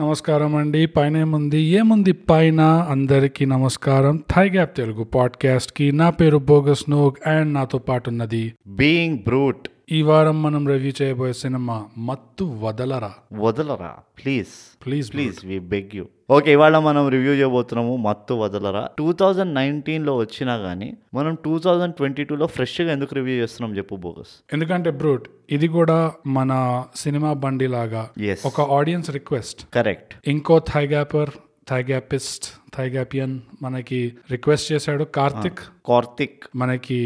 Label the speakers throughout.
Speaker 1: నమస్కారం అండి పైన ఏముంది ఏముంది పైన అందరికీ నమస్కారం థై గ్యాప్ తెలుగు పాడ్కాస్ట్కి నా పేరు బోగస్ నోగ్ అండ్ నాతో పాటు ఉన్నది
Speaker 2: బీయింగ్ బ్రూట్
Speaker 1: ఈ వారం మనం రివ్యూ చేయబోయే cinema Mathu Vadalara
Speaker 2: Vadalara please
Speaker 1: please
Speaker 2: please we beg you okay ఇవాళ మనం రివ్యూ చేయబోతున్నాము మత్తు వదలరా టూ థౌజండ్ నైన్టీన్లో వచ్చినా కానీ మనం టూ థౌజండ్ ట్వంటీ టూలో ఫ్రెష్గా ఎందుకు రివ్యూ చేస్తున్నాం చెప్పు బోగస్
Speaker 1: ఎందుకంటే బ్రూట్ ఇది కూడా మన సినిమా బండి లాగా
Speaker 2: ఎస్
Speaker 1: ఒక ఆడియన్స్ రిక్వెస్ట్
Speaker 2: కరెక్ట్
Speaker 1: ఇంకో థై గ్యాపర్ థై గ్యాపిస్ట్ థై గ్యాపియన్ మనకి రిక్వెస్ట్ చేశాడు కార్తిక్
Speaker 2: కార్తిక్
Speaker 1: మనకి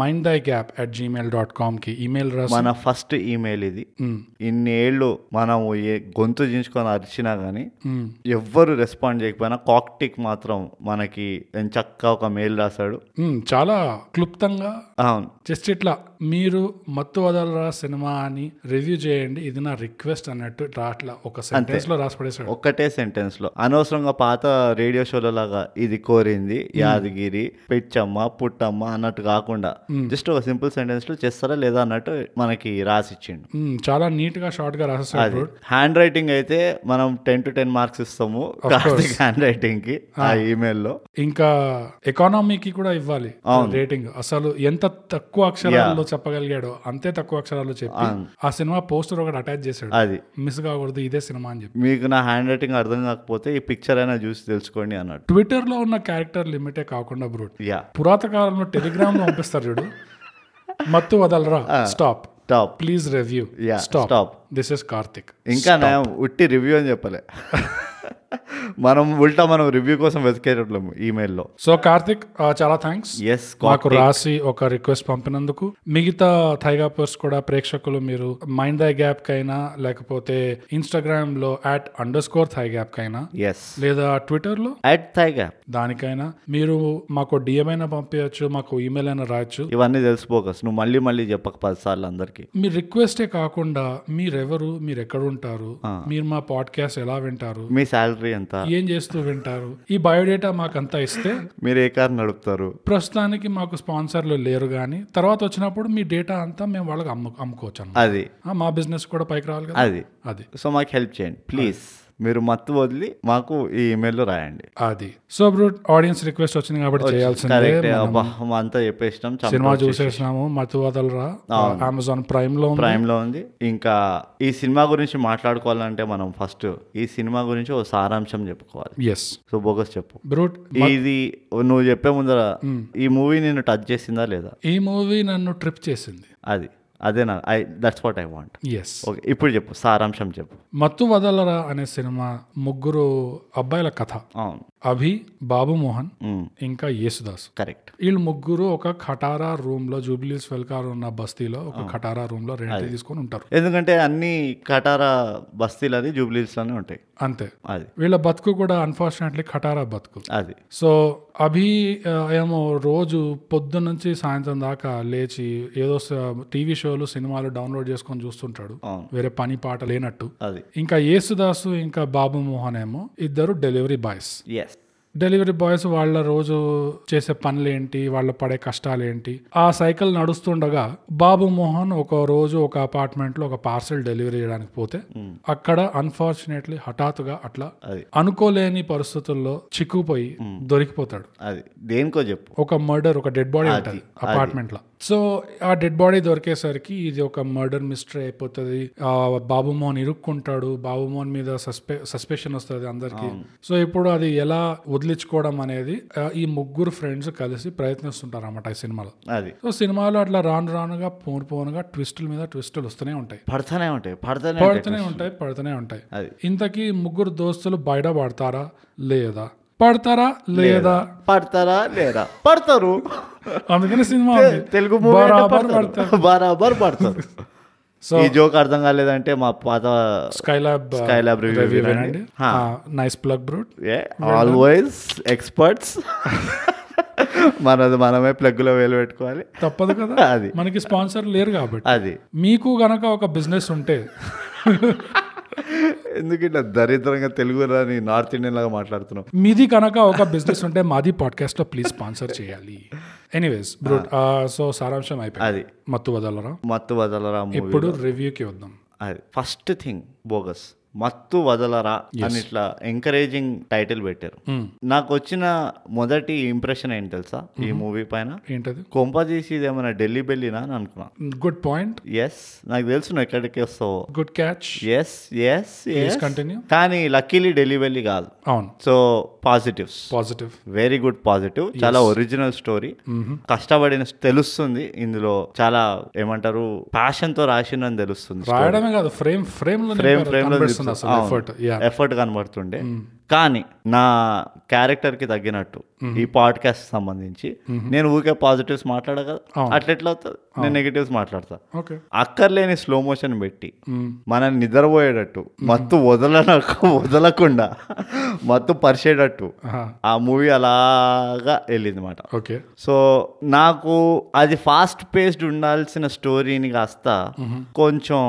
Speaker 1: mind thigh gap at Gmail dot కామ్కి ఈమెయిల్ రాసి
Speaker 2: మన ఫస్ట్ ఈమెయిల్ ఇది
Speaker 1: మ్,
Speaker 2: ఇన్ని ఏళ్ళు మనము ఏ గొంతు చించుకొని అరిచినా కానీ
Speaker 1: మ్.
Speaker 2: ఎవ్వరు రెస్పాండ్ చేయకపోయినా కార్టిక్ మాత్రం మనకి చక్కగా ఒక మెయిల్ రాశాడు
Speaker 1: మ్మ్, చాలా క్లుప్తంగా
Speaker 2: అవును
Speaker 1: జస్ట్ ఇట్లా మీరు మత్తు వదలరా సినిమా అని రివ్యూ చేయండి ఇది నా రిక్వెస్ట్ అన్నట్టు ఇట్లా అట్లా ఒక సెంటెన్స్ లో రాసి పడేసాడు
Speaker 2: ఒక్కటే సెంటెన్స్ లో అనవసరంగా పాత రేడియో షోల లాగా ఇది కోరింది యాదగిరి పెచ్చమ్మ పుట్టమ్మ అన్నట్టు కాకుండా జస్ట్ ఒక సింపుల్ సెంటెన్స్ లో చేస్తారా లేదా అన్నట్టు మనకి రాసిచ్చిండు
Speaker 1: మ్మ్, చాలా నీట్ గా షార్ట్ గా రాసేసాడు bro.
Speaker 2: హ్యాండ్ రైటింగ్ అయితే మనం టెన్ టు టెన్ మార్క్స్ ఇస్తాము కార్తీక్ హ్యాండ్ రైటింగ్ కి ఆ ఈమెయిల్లో
Speaker 1: ఇంకా ఎకానమీకి కూడా ఇవ్వాలి రేటింగ్ అసలు ఎంత తక్కువ అక్షరాల్లో చెప్పగలిగాడో అంతే తక్కువ అక్షరాల్లో చెప్పి ఆ సినిమా పోస్టర్ ఒకటి అటాచ్ చేశాడు
Speaker 2: అది
Speaker 1: మిస్ కాకూడదు ఇదే సినిమా అని చెప్పి
Speaker 2: మీకు నా హ్యాండ్ రైటింగ్ అర్థం కాకపోతే ఈ పిక్చర్ అయినా చూసి తెలుసుకోండి అన్నట్టు
Speaker 1: ట్విట్టర్ లో ఉన్న క్యారెక్టర్ లిమిటే కాకుండా బ్రూట్
Speaker 2: యా
Speaker 1: పురాత కాలంలో టెలిగ్రామ్ లో పంపిస్తారు చూడు Mathu Vadalara stop
Speaker 2: top
Speaker 1: please review
Speaker 2: yeah
Speaker 1: Stop.
Speaker 2: Stop
Speaker 1: this is Karthik
Speaker 2: ఇంకా నయం ఉట్టి రివ్యూ అని చెప్పలే మనం ఉల్టా మనం రివ్యూ కోసం వెతికేటట్లేము ఈమెయిల్లో
Speaker 1: సో కార్తిక్ ఆ, uh, చాలా థ్యాంక్స్
Speaker 2: ఎస్
Speaker 1: మాకు రాసి ఒక రిక్వెస్ట్ పంపినందుకు మిగతా థైగాపర్స్ కూడా ప్రేక్షకులు మీరు మైండ్ థై గ్యాప్ కైనా లేకపోతే ఇన్స్టాగ్రామ్ లో at underscore thigh gap కైనా
Speaker 2: ఎస్
Speaker 1: లేదా ట్విట్టర్ లో
Speaker 2: అట్ థైగా
Speaker 1: దానికైనా మీరు మాకు డిఎం అయినా పంపించచ్చు మాకు ఇమెయిల్ అయినా రాయొచ్చు
Speaker 2: ఇవన్నీ తెలిసిపోకస్ నువ్వు మళ్ళీ మళ్ళీ చెప్పక పది సార్లు అందరికి
Speaker 1: మీ రిక్వెస్టే కాకుండా మీరెవరు మీరు ఎక్కడ ఉంటారు మీరు మా పాడ్కాస్ట్ ఎలా వింటారు
Speaker 2: మీ శాలరీ ఎంత
Speaker 1: ఏం చేస్తూ వింటారు ఈ బయోడేటా మాకంతా ఇస్తే
Speaker 2: మీరు ఏ కార్ నడుపుతారు
Speaker 1: ప్రస్తుతానికి మాకు స్పాన్సర్లు లేరు కానీ తర్వాత వచ్చినప్పుడు మీ డేటా అంతా మేము వాళ్ళకి అమ్ము అమ్ముకోవచ్చు అన్నమాట.
Speaker 2: అది
Speaker 1: ఆ, మా బిజినెస్ కూడా పైకి రావాలి కదా
Speaker 2: అది
Speaker 1: అది
Speaker 2: సో మాకు హెల్ప్ చేయండి ప్లీజ్ మీరు మత్తు వదిలి మాకు ఈ ఈమెయిల్లో రాయండి
Speaker 1: అది సో బ్రూట్ ఆడియన్స్ రిక్వెస్ట్ వచ్చింది కాబట్టి చేయాల్సిందే
Speaker 2: కరెక్ట్ అబ్బా మా అంతా చెప్పేసినాం
Speaker 1: సినిమా చూసేసినాము మత్తు వదలరా అమెజాన్ ప్రైమ్ లో ఉంది.
Speaker 2: ప్రైమ్ లో ఉంది ఇంకా ఈ సినిమా గురించి మాట్లాడుకోవాలంటే మనం ఫస్ట్ ఈ సినిమా గురించి ఒక సారాంశం చెప్పుకోవాలి
Speaker 1: ఎస్
Speaker 2: సో బోగస్ చెప్పు
Speaker 1: బ్రూట్
Speaker 2: ఇది నువ్వు చెప్పే ముందర ఈ మూవీ నేను టచ్ చేసిందా లేదా
Speaker 1: ఈ మూవీ నన్ను ట్రిప్ చేసింది
Speaker 2: అది అదే నా I that's what I want
Speaker 1: yes
Speaker 2: okay ఇప్పుడు చెప్పు సారాంశం చెప్పు
Speaker 1: మత్తు వదలరా అనే సినిమా ముగ్గురు అబ్బాయిల కథ
Speaker 2: అవును
Speaker 1: అభి బాబు మోహన్
Speaker 2: మ్మ్.
Speaker 1: ఇంకా యేసుదాస్
Speaker 2: కరెక్ట్
Speaker 1: వీళ్ళు ముగ్గురు ఒక ఖటారా రూమ్ లో జూబ్లీస్ వెల్కార్ ఉన్న బస్తీలో ఒక ఖటారా రూమ్ లో రెంట్ తీసుకొని ఉంటారు
Speaker 2: ఎందుకంటే అన్ని కటారా బస్తీలు అది జూబ్లీస్లోనే ఉంటాయి
Speaker 1: అంతే
Speaker 2: అది
Speaker 1: వీళ్ళ బతుకు కూడా అన్ఫార్చునేట్లీ ఖటారా బతుకు
Speaker 2: అది
Speaker 1: సో అభి ఆ, ఏమో రోజు పొద్దు నుంచి సాయంత్రం దాకా లేచి ఏదో టీవీ షోలు సినిమాలు డౌన్లోడ్ చేసుకొని చూస్తుంటాడు
Speaker 2: అవును.
Speaker 1: వేరే పని పాట లేనట్టు
Speaker 2: అది
Speaker 1: ఇంకా యేసుదాసు ఇంకా బాబు మోహన్ ఏమో ఇద్దరు delivery boys
Speaker 2: yes
Speaker 1: delivery boys వాళ్ళ రోజు చేసే పనులేంటి వాళ్ళ పడే కష్టాలేంటి ఆ సైకిల్ నడుస్తుండగా బాబు మోహన్ ఒక రోజు ఒక అపార్ట్మెంట్ లో ఒక పార్సెల్ డెలివరీ చేయడానికి పోతే అక్కడ అన్ఫార్చునేట్లీ హఠాత్తుగా అట్లా
Speaker 2: అది.
Speaker 1: అనుకోలేని పరిస్థితుల్లో చిక్కుపోయి దొరికిపోతాడు
Speaker 2: అది దేనికో చెప్పు
Speaker 1: ఒక మర్డర్ ఒక డెడ్ బాడీ ఉంటుంది అపార్ట్మెంట్ లో సో ఆ డెడ్ బాడీ దొరికేసరికి ఇది ఒక మర్డర్ మిస్టరీ అయిపోతుంది ఆ బాబు మోహన్ ఇరుక్కుంటాడు బాబు మోహన్ మీద సస్పె సస్పెషన్ వస్తుంది అందరికి సో ఇప్పుడు అది ఎలా వదిలించుకోవడం అనేది ఆ, ఈ ముగ్గురు ఫ్రెండ్స్ కలిసి ప్రయత్నిస్తుంటారు అన్నమాట ఈ సినిమాలో
Speaker 2: అది
Speaker 1: సో సినిమాలో అట్లా రాను రానుగా పోను పోనుగా ట్విస్టుల మీద ట్విస్టులు వస్తూనే ఉంటాయి
Speaker 2: పడతానే ఉంటాయి పడతానే ఉంటాయి
Speaker 1: పడుతూనే ఉంటాయి పడుతూనే ఉంటాయి
Speaker 2: అది.
Speaker 1: ఇంతకీ ముగ్గురు దోస్తులు బయట పడతారా లేదా పడతారా లేదా
Speaker 2: పడతారా లేదా పడతారు
Speaker 1: అందుకని సినిమా ఉంది.
Speaker 2: తెలుగు మూవీ అంటే
Speaker 1: బరాబర్
Speaker 2: పడతారు. బరాబర్ పడతారు
Speaker 1: సో
Speaker 2: ఈ జోక్ అర్థం కాలేదంటే మా పాత
Speaker 1: స్కైలాబ్
Speaker 2: Skylab review వినండి.
Speaker 1: వినండి nice plug Brute
Speaker 2: always experts మనది మనమే ప్లగ్లో వేలు పెట్టుకోవాలి
Speaker 1: తప్పదు కదా
Speaker 2: అది
Speaker 1: మనకి స్పాన్సర్ లేరు కాబట్టి
Speaker 2: అది
Speaker 1: మీకు గనక ఒక బిజినెస్ ఉంటే
Speaker 2: ఎందుకు ఇట్లా దరిద్రంగా తెలుగు రాని నార్త్ ఇండియన్ లాగా మాట్లాడుతున్నాం
Speaker 1: మీది కనుక ఒక బిజినెస్ ఉంటే మాది పాడ్కాస్ట్ లో ప్లీజ్ స్పాన్సర్ చేయాలి ఎనీవేస్ బ్రూట్ సో సారాంశం అయిపోయింది
Speaker 2: అది
Speaker 1: మత్తు వదలరా E
Speaker 2: మత్తు వదలరా మూవీ
Speaker 1: ఇప్పుడు రివ్యూకి వద్దాం
Speaker 2: అది first thing Bogus Mathu Vadalara అని ఇట్లా ఎంకరేజింగ్ టైటిల్ పెట్టారు నాకు వచ్చిన మొదటి ఇంప్రెషన్ ఏంటి తెలుసా ఈ మూవీ పైన
Speaker 1: ఏంటది
Speaker 2: కొంపజీసి ఇది ఏమైనా ఢిల్లీ బెల్లినా అని అనుకున్నా
Speaker 1: గుడ్ పాయింట్
Speaker 2: ఎస్ నాకు తెలుసు నువ్వు ఎక్కడికి వస్తావు
Speaker 1: good catch
Speaker 2: yes yes
Speaker 1: Please
Speaker 2: yes
Speaker 1: continue.
Speaker 2: కానీ లక్కీలీ ఢిల్లీ బెల్లి కాదు
Speaker 1: అవును
Speaker 2: so positives
Speaker 1: positive
Speaker 2: very good positive చాలా ఒరిజినల్ స్టోరీ
Speaker 1: Mm-hmm.
Speaker 2: కష్టపడిన తెలుస్తుంది ఇందులో చాలా ఏమంటారు ప్యాషన్ తో రాసిందని తెలుస్తుంది
Speaker 1: రాయడమే కాదు ఫ్రేమ్ ఫ్రేమ్ లో
Speaker 2: ఫ్రేమ్ ఫ్రేమ్ లో
Speaker 1: కనబడుతుంది అసలు ఎఫర్ట్ యా
Speaker 2: ఎఫర్ట్ కనబడుతుండే
Speaker 1: Mm.
Speaker 2: కానీ నా క్యారెక్టర్ కి తగ్గినట్టు
Speaker 1: Mm-hmm.
Speaker 2: ఈ పాడ్కాస్ట్ సంబంధించి నేను ఊరికే పాజిటివ్స్ మాట్లాడా కదా అట్లెట్లా అవుతుంది నేను నెగిటివ్స్ మాట్లాడతా
Speaker 1: ఓకే
Speaker 2: అక్కర్లేని స్లో మోషన్ పెట్టి
Speaker 1: Mm.
Speaker 2: మనల్ని నిద్రపోయేటట్టు మత్తు వదలన వదలకుండా మత్తు పరిచేటట్టు ఆ మూవీ అలాగా వెళ్ళింది అనమాట
Speaker 1: ఓకే
Speaker 2: సో నాకు అది ఫాస్ట్ పేస్డ్ ఉండాల్సిన స్టోరీని కాస్త కొంచెం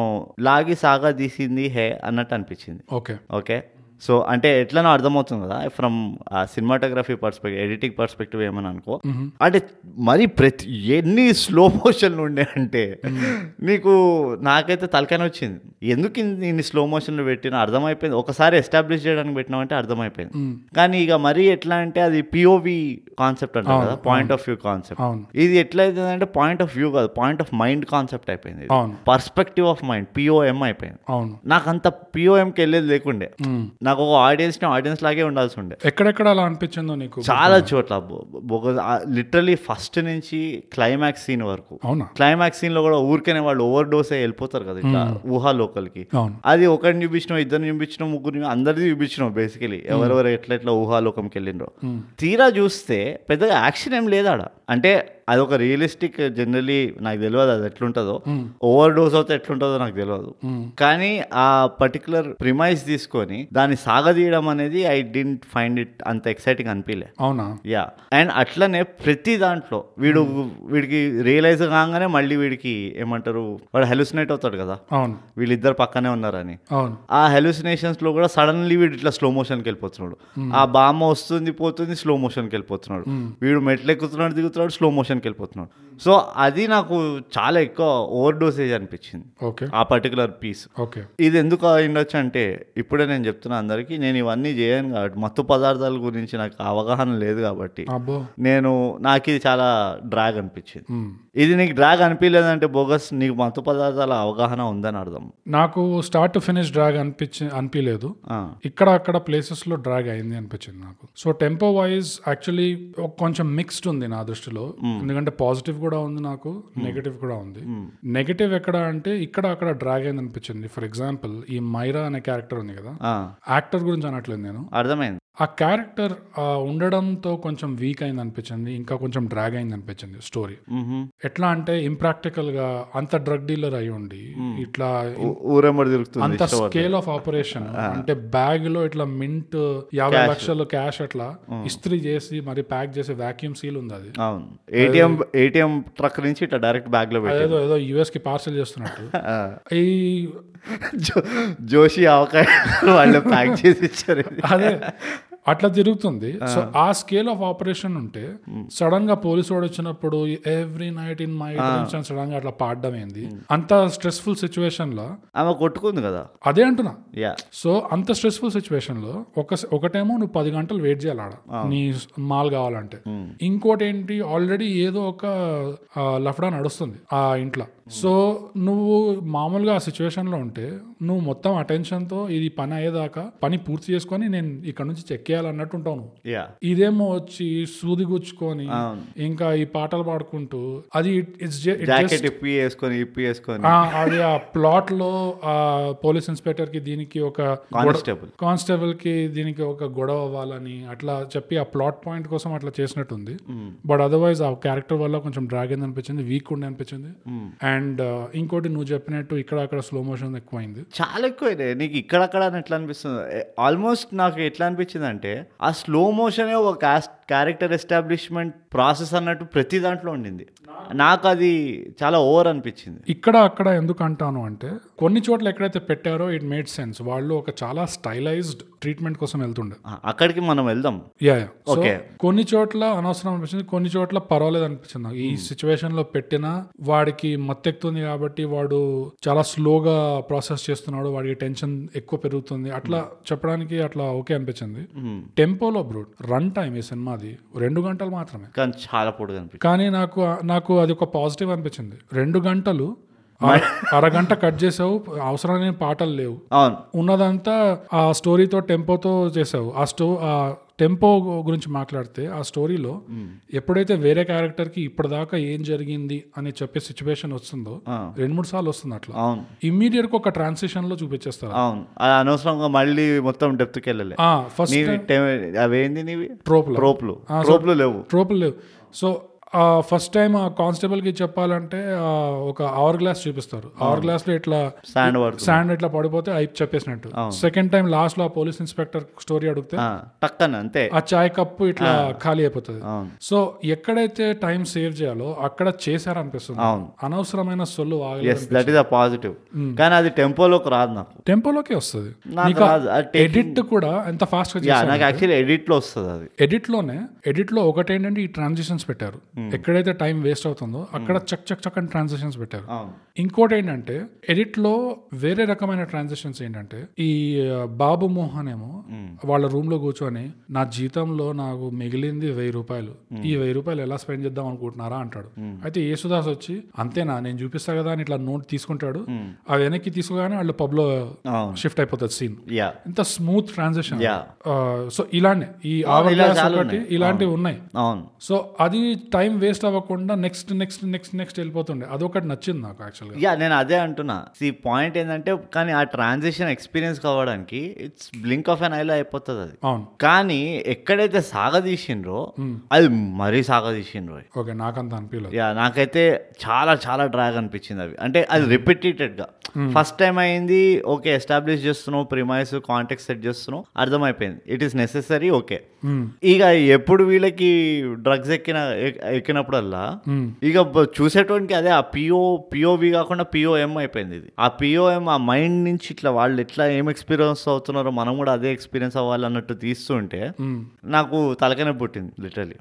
Speaker 2: లాగి సాగా తీసింది హే అన్నట్టు అనిపించింది
Speaker 1: ఓకే
Speaker 2: ఓకే సో అంటే ఎట్లనో అర్థమవుతుంది కదా ఫ్రమ్ ఆ సినిమాటోగ్రఫీ పర్స్పెక్టివ్ ఎడిటింగ్ పర్స్పెక్టివ్ ఏమని అనుకో అంటే మరి ప్రతి ఎన్ని స్లో మోషన్లు ఉండే అంటే నీకు నాకైతే తలకాయ వచ్చింది ఎందుకు ఇన్ని- ఇన్ని స్లో మోషన్లు పెట్టినా అర్థమైపోయింది ఒకసారి ఎస్టాబ్లిష్ చేయడానికి పెట్టినామంటే అర్థమైపోయింది కానీ ఇక మరీ ఎట్లా అంటే అది పిఓవి కాన్సెప్ట్ అంటారు కదా పాయింట్ ఆఫ్ వ్యూ కాన్సెప్ట్
Speaker 1: అవును
Speaker 2: ఇది ఎట్లా అవుతుంది అంటే పాయింట్ ఆఫ్ వ్యూ కాదు పాయింట్ ఆఫ్ మైండ్ కాన్సెప్ట్ అయిపోయింది
Speaker 1: అవును
Speaker 2: పర్స్పెక్టివ్ ఆఫ్ మైండ్ పిఓఎం అయిపోయింది
Speaker 1: అవును
Speaker 2: నాకు అంత పిఓఎంకి వెళ్ళేది లేకుండే
Speaker 1: మ్మ్.
Speaker 2: నాకు ఒక ఆడియన్స్ ని ఆడియన్స్ లాగే ఉండాల్సి ఉండే
Speaker 1: ఎక్కడెక్కడ అలా అనిపించిందో నీకు
Speaker 2: చాలా చోట్ల లిటరలీ ఫస్ట్ నుంచి క్లైమాక్స్ సీన్ వరకు
Speaker 1: అవునా
Speaker 2: క్లైమాక్స్ సీన్ లో కూడా ఊరికనే వాళ్ళు ఓవర్ డోస్ అయ్యి వెళ్ళిపోతారు కదా ఇట్లా ఊహా లోకల్కి
Speaker 1: అవును
Speaker 2: అది ఒకరిని చూపించినాం ఇద్దరిని చూపించినాం ముగ్గురిని అందరిది చూపించినాం బేసికలీ ఎవరెవరు ఎట్లా ఎట్లా ఊహాలోకంకి వెళ్ళినరో తీరా చూస్తే పెద్దగా యాక్షన్ ఏం లేదు ఆడ అంటే అది ఒక రియలిస్టిక్ జనరలీ నాకు తెలియదు అది ఎట్లుంటుందో ఓవర్ డోస్ అవుతే ఎట్లుంటుందో నాకు తెలియదు కానీ ఆ పర్టికులర్ ప్రిమైజ్ తీసుకొని దాన్ని సాగదీయడం అనేది ఐ డింట్ ఫైండ్ ఇట్ అంత ఎక్సైటింగ్ అనిపించలే
Speaker 1: అవునా
Speaker 2: యా అండ్ అట్లనే ప్రతి దాంట్లో వీడు వీడికి రియలైజ్ కాగానే మళ్ళీ వీడికి ఏమంటారు వాడు హెలుసినేట్ అవుతాడు కదా
Speaker 1: అవును
Speaker 2: వీళ్ళిద్దరు పక్కనే ఉన్నారని
Speaker 1: అవును
Speaker 2: ఆ హెలుసినేషన్స్ లో కూడా సడన్లీ వీడు ఇట్లా స్లో మోషన్కి వెళ్ళిపోతున్నాడు ఆ బామ్మ వస్తుంది పోతుంది స్లో మోషన్కి వెళ్ళిపోతున్నాడు వీడు మెట్లు ఎక్కుతున్నాడు దిగుతున్నాడు స్లో మోషన్కి వెళ్ళిపోతున్నాడు సో అది నాకు చాలా ఎక్కువ ఓవర్ డోసేజ్ అనిపించింది
Speaker 1: ఓకే
Speaker 2: ఆ పర్టికులర్ పీస్
Speaker 1: ఓకే
Speaker 2: ఇది ఎందుకు అయిండొచ్చు అంటే ఇప్పుడే నేను చెప్తున్నా అందరికీ నేను ఇవన్నీ చేయను కాబట్టి మత్తు పదార్థాల గురించి నాకు అవగాహన లేదు కాబట్టి
Speaker 1: అబ్బో
Speaker 2: నేను నాకు ఇది చాలా డ్రాగ్ అనిపించింది
Speaker 1: మ్మ్.
Speaker 2: ఇది నీకు డ్రాగ్ అనిపించలేదంటే బోగస్ నీకు మత్తు పదార్థాల అవగాహన ఉందని అర్థం
Speaker 1: నాకు స్టార్ట్ టు ఫినిష్ డ్రాగ్ అనిపించి అనిపించలేదు
Speaker 2: ఆ,
Speaker 1: ఇక్కడ అక్కడ ప్లేసెస్ లో డ్రాగ్ అయింది అనిపించింది నాకు సో టెంపో వైజ్ యాక్చువల్లీ కొంచెం మిక్స్డ్ ఉంది నా దృష్టిలో ఎందుకంటే పాజిటివ్ కూడా ఉంది నాకు నెగటివ్ కూడా ఉంది నెగటివ్ ఎక్కడ అంటే ఇక్కడ అక్కడ డ్రాగ్ అయింది అనిపించింది ఫర్ ఎగ్జాంపుల్ ఈ మైరా అనే క్యారెక్టర్ ఉంది కదా
Speaker 2: ఆ,
Speaker 1: యాక్టర్ గురించి అనట్లేదు నేను
Speaker 2: అర్థమైంది
Speaker 1: ఆ క్యారెక్టర్ ఉండడంతో కొంచెం వీక్ అయింది అనిపించింది ఇంకా కొంచెం డ్రాగ్ అయింది అనిపించింది స్టోరీ
Speaker 2: మ్హూ.
Speaker 1: ఎట్లా అంటే ఇంప్రాక్టికల్ గా అంత డ్రగ్ డీలర్ అయి ఉండి ఇట్లా
Speaker 2: ఊ- ఊరెంబడి తిరుగుతుంది
Speaker 1: అంత స్కేల్ ఆఫ్ ఆపరేషన్ అంటే బ్యాగ్ లో ఇట్లా మింట్ యాభై లక్షలు క్యాష్ అట్లా ఇస్త్రీ చేసి మరి ప్యాక్ చేసి వాక్యూమ్ సీల్ ఉంది అది
Speaker 2: అవును ఏటీఎం ఏటీఎం ట్రక్ నుంచి ఇట్లా డైరెక్ట్ బ్యాగ్ లో పెట్టి
Speaker 1: ఏదో ఏదో యుఎస్ కి పార్సల్ చేస్తున్నట్టు
Speaker 2: ఆ.
Speaker 1: ఈ
Speaker 2: జో- జోషి అవకాశం వాళ్ళు ప్యాక్ చేసి ఇచ్చారు ఇది.
Speaker 1: అదే అట్లా జరుగుతుంది సో ఆ స్కేల్ ఆఫ్ ఆపరేషన్ ఉంటే సడన్ గా పోలీసు వాడు వచ్చినప్పుడు every night in my sudden గా అట్లా పాడడం ఏంది అంత స్ట్రెస్ఫుల్ సిచ్యువేషన్ లో
Speaker 2: ఆమె కొట్టుకుంది కదా
Speaker 1: అదే అంటున్నా
Speaker 2: యా
Speaker 1: సో అంత స్ట్రెస్ఫుల్ సిచ్యువేషన్ లో ఒక ఒకటేమో నువ్వు పది గంటలు వెయిట్ చేయాలి ఆడ నీ మాల్ కావాలంటే ఇంకోటి ఏంటి ఆల్రెడీ ఏదో ఒక ఆ, లఫడా నడుస్తుంది ఆ ఇంట్లో సో నువ్వు మామూలుగా ఆ సిచ్యువేషన్ లో ఉంటే నువ్వు మొత్తం అటెన్షన్ తో ఇది పని అయ్యేదాకా పని పూర్తి చేసుకొని నేను ఇక్కడ నుంచి చెక్ చేయాలన్నట్టు ఉంటావు నువ్వు
Speaker 2: యా
Speaker 1: ఇదేమో వచ్చి సూది గుచ్చుకొని ఇంకా ఈ పాటలు పాడుకుంటూ అది it- it's ju- it just-
Speaker 2: jacket ఇప్పి వేసుకొని ఇప్పి వేసుకొని
Speaker 1: ఆ, అది ఆ ప్లాట్ లో ఆ పోలీస్ ఇన్స్పెక్టర్ కి దీనికి ఒక
Speaker 2: కానిస్టేబుల్
Speaker 1: కానిస్టేబుల్ కి దీనికి ఒక గొడవ అవ్వాలని అట్లా చెప్పి ఆ ప్లాట్ పాయింట్ కోసం అట్లా చేసినట్టుంది బట్ అదర్వైజ్ ఆ క్యారెక్టర్ వల్ల కొంచెం డ్రాగ్ అయింది అనిపించింది వీక్ ఉండి అనిపించింది అండ్ ఇంకోటి నువ్వు చెప్పినట్టు ఇక్కడ అక్కడ స్లో మోషన్ ఎక్కువైంది
Speaker 2: చాలా ఎక్కువైనా నీకు ఇక్కడక్కడ అని ఎట్లా అనిపిస్తుంది ఆల్మోస్ట్ నాకు ఎట్లా అనిపించింది అంటే ఆ స్లో మోషనే ఒక యాస్- క్యారెక్టర్ ఎస్టాబ్లిష్మెంట్ ప్రాసెస్ అన్నట్టు ప్రతి దాంట్లో ఉండింది నాకు అది చాలా ఓవర్ అనిపించింది
Speaker 1: ఇక్కడ అక్కడ ఎందుకు అంటాను అంటే కొన్ని చోట్ల ఎక్కడైతే పెట్టారో ఇట్ మేడ్ సెన్స్ వాళ్ళు ఒక చాలా స్టైలైజ్డ్ ట్రీట్మెంట్ కోసం వెళ్తుండే
Speaker 2: ఆ, అక్కడికి మనం వెళ్దాం
Speaker 1: యా యా సో
Speaker 2: Okay.
Speaker 1: కొన్ని చోట్ల అనవసరం అనిపించింది కొన్ని చోట్ల పర్వాలేదు అనిపించింది నాకు. ఈ సిచ్యువేషన్ లో పెట్టిన వాడికి మత్తెక్కుతుంది కాబట్టి వాడు చాలా స్లోగా ప్రాసెస్ చేస్తున్నాడు వాడికి టెన్షన్ ఎక్కువ పెరుగుతుంది అట్లా చెప్పడానికి అట్లా ఓకే అనిపించింది టెంపోలో బ్రూట్ రన్ టైం ఈ సినిమాది రెండు గంటలు మాత్రమే
Speaker 2: కానీ చాలా పొడుగు అనిపించింది
Speaker 1: కానీ నాకు నాకు అది ఒక పాజిటివ్ అనిపించింది రెండు గంటలు అర- అరగంట కట్ చేసావు అవసరమైన పాటలు లేవు
Speaker 2: అవును
Speaker 1: ఉన్నదంతా ఆ స్టోరీతో టెంపోతో చేసావు ఆ స్టో ఆ టెంపో గురించి మాట్లాడితే ఆ స్టోరీలో ఎప్పుడైతే వేరే క్యారెక్టర్ కి ఇప్పటిదాకా ఏం జరిగింది అని చెప్పే సిచ్యువేషన్ వస్తుందో
Speaker 2: ఆ.
Speaker 1: రెండు మూడు సార్లు వస్తుంది అట్లా
Speaker 2: అవును
Speaker 1: ఇమ్మీడియట్ గా ఒక ట్రాన్సిషన్ లో చూపించేస్తారు
Speaker 2: అవును అది అనవసరంగా మళ్ళీ మొత్తం డెప్త్కి వెళ్ళలే
Speaker 1: ఆ ఫస్ట్
Speaker 2: నీవి టె- అవేంది నీవి
Speaker 1: ట్రోప్ లో
Speaker 2: ట్రోప్లు ట్రోప్లు లేవు
Speaker 1: ట్రోపులు లేవు సో ఫస్ట్ టైం ఆ కానిస్టేబుల్ కి చెప్పాలంటే ఆ, ఒక అవర్ గ్లాస్ చూపిస్తారు అవర్ గ్లాస్ లో ఇట్లా
Speaker 2: శాండ్ పడుతుంది
Speaker 1: శాండ్ ఇట్లా పడిపోతే అయిప్ చెప్పేసినట్టు సెకండ్ టైం లాస్ట్ లో ఆ పోలీస్ ఇన్స్పెక్టర్ స్టోరీ అడిగితే
Speaker 2: ఆ, టక్కన అంతే
Speaker 1: ఆ చాయ్ కప్పు ఇట్లా ఖాళీ అయిపోతుంది
Speaker 2: అవును.
Speaker 1: సో ఎక్కడైతే టైం సేవ్ చేయాలో అక్కడ చేశారనిపిస్తుంది
Speaker 2: అవును
Speaker 1: అనవసరమైన సొల్లు ఆగలేదు
Speaker 2: yes that is a positive కానీ అది టెంపోలోకి రాదు నాకు
Speaker 1: టెంపోలోకి వస్తుంది
Speaker 2: నాకు రాదు అది టె-
Speaker 1: ఎడిట్ కూడా ఎంత ఫాస్ట్ గా
Speaker 2: యా,
Speaker 1: చేశారు
Speaker 2: నాకు యాక్చువల్లీ ఎడిట్లో వస్తుంది అది
Speaker 1: ఎడిట్ లోనే ఎడిట్ లో ఒకటి ఏంటంటే ఈ ట్రాన్సిషన్స్ పెట్టారు
Speaker 2: Hmm.
Speaker 1: ఎక్కడైతే టైం వేస్ట్ అవుతుందో అక్కడ చక్ చక్ చక్ అని ట్రాన్సిషన్స్ పెట్టారు
Speaker 2: అవును
Speaker 1: ఇంకోటి ఏంటంటే ఎడిట్ లో వేరే రకమైన ట్రాన్సిషన్స్ ఏంటంటే ఈ ఆ, బాబు మోహన్ ఏమో వాళ్ళ రూమ్ లో కూర్చొని నా జీతంలో నాకు మిగిలింది వెయ్యి రూపాయలు ఈ వెయ్యి రూపాయలు ఎలా స్పెండ్ చేద్దాం అనుకుంటున్నారా అంటాడు అయితే యేసుదాస్ వచ్చి అంతేనా నేను చూపిస్తా కదా అని ఇట్లా నోట్ తీసుకుంటాడు ఆ వెనక్కి తీసుకోగానే వాళ్ళు పబ్ లో
Speaker 2: అవును
Speaker 1: షిఫ్ట్ అయిపోతుంది సీన్
Speaker 2: యా
Speaker 1: ఎంత స్మూత్ ట్రాన్సిషన్
Speaker 2: యా
Speaker 1: సో ఇలానే ఈ అవర్
Speaker 2: ఇలా
Speaker 1: గ్లాస్
Speaker 2: చాలా
Speaker 1: ఒకటి ఇలాంటివి ఉన్నాయి
Speaker 2: అవును
Speaker 1: సో అది టైం వేస్ట్ అవ్వకుండా నెక్స్ట్ నెక్స్ట్ నెక్స్ట్ నెక్స్ట్ వెళ్ళిపోతుండే అదొకటి నచ్చింది నాకు యాక్చువల్గా
Speaker 2: యా నేను అదే అంటున్నా ఈ పాయింట్ ఏంటంటే కానీ ఆ ట్రాన్సిషన్ ఎక్స్పీరియన్స్ కావడానికి ఇట్స్ బ్లింక్ ఆఫ్ అన్ ఐలో అయిపోతుంది అది
Speaker 1: అవును
Speaker 2: కానీ ఎక్కడైతే సాగదీసిండ్రో అది మరీ సాగదీసిండ్రో
Speaker 1: ఓకే నాకంత అనిపించలేదు
Speaker 2: యా నాకైతే చాలా చాలా డ్రాగ్ అనిపించింది అవి అంటే అది రిపీటెడ్గా ఫస్ట్ టైం అయింది ఓకే ఎస్టాబ్లిష్ చేస్తున్నావు ప్రిమైస్ కాంటాక్ట్ సెట్ చేస్తున్నావు అర్థమైపోయింది ఇట్ ఈస్ నెసెసరీ ఓకే ఇక ఎప్పుడు వీళ్ళకి డ్రగ్స్ ఎక్కిన ఎక్- ఎక్కినప్పుడల్లా ఇక బ- చూసేటోనికి అదే ఆ పిఓ పిఓవి కాకుండా పిఓఎం అయిపోయింది ఇది ఆ పిఓఎం ఆ మైండ్ నుంచి ఇట్లా వాళ్ళు ఎట్లా ఏం ఎక్స్పీరియన్స్ అవుతున్నారో మనం కూడా అదే ఎక్స్పీరియన్స్ అవ్వాలి అన్నట్టు తీస్తుంటే నాకు తలకనే పుట్టింది లిటరలీ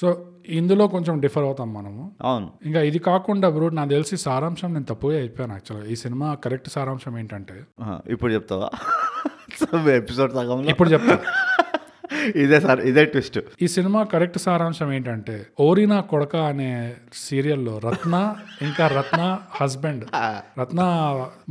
Speaker 1: సో ఇందులో కొంచెం డిఫర్ అవుతాం మనము
Speaker 2: అవును
Speaker 1: ఇంకా ఇది కాకుండా బ్రో నాకు తెలిసి సారాంశం నేను తప్పుగా అయిపోయాను యాక్చువల్గా ఈ సినిమా కరెక్ట్ సారాంశం ఏంటంటే
Speaker 2: ఆహా, ఇప్పుడు చెప్తావా ఎపిసోడ్ సగంలో
Speaker 1: ఇప్పుడు చెప్తా
Speaker 2: ఇదే సార్ ఇదే ట్విస్ట్
Speaker 1: ఈ సినిమా కరెక్ట్ సారాంశం ఏంటంటే ఓరినా కొడక అనే సీరియల్లో రత్న ఇంకా రత్న హస్బెండ్ రత్న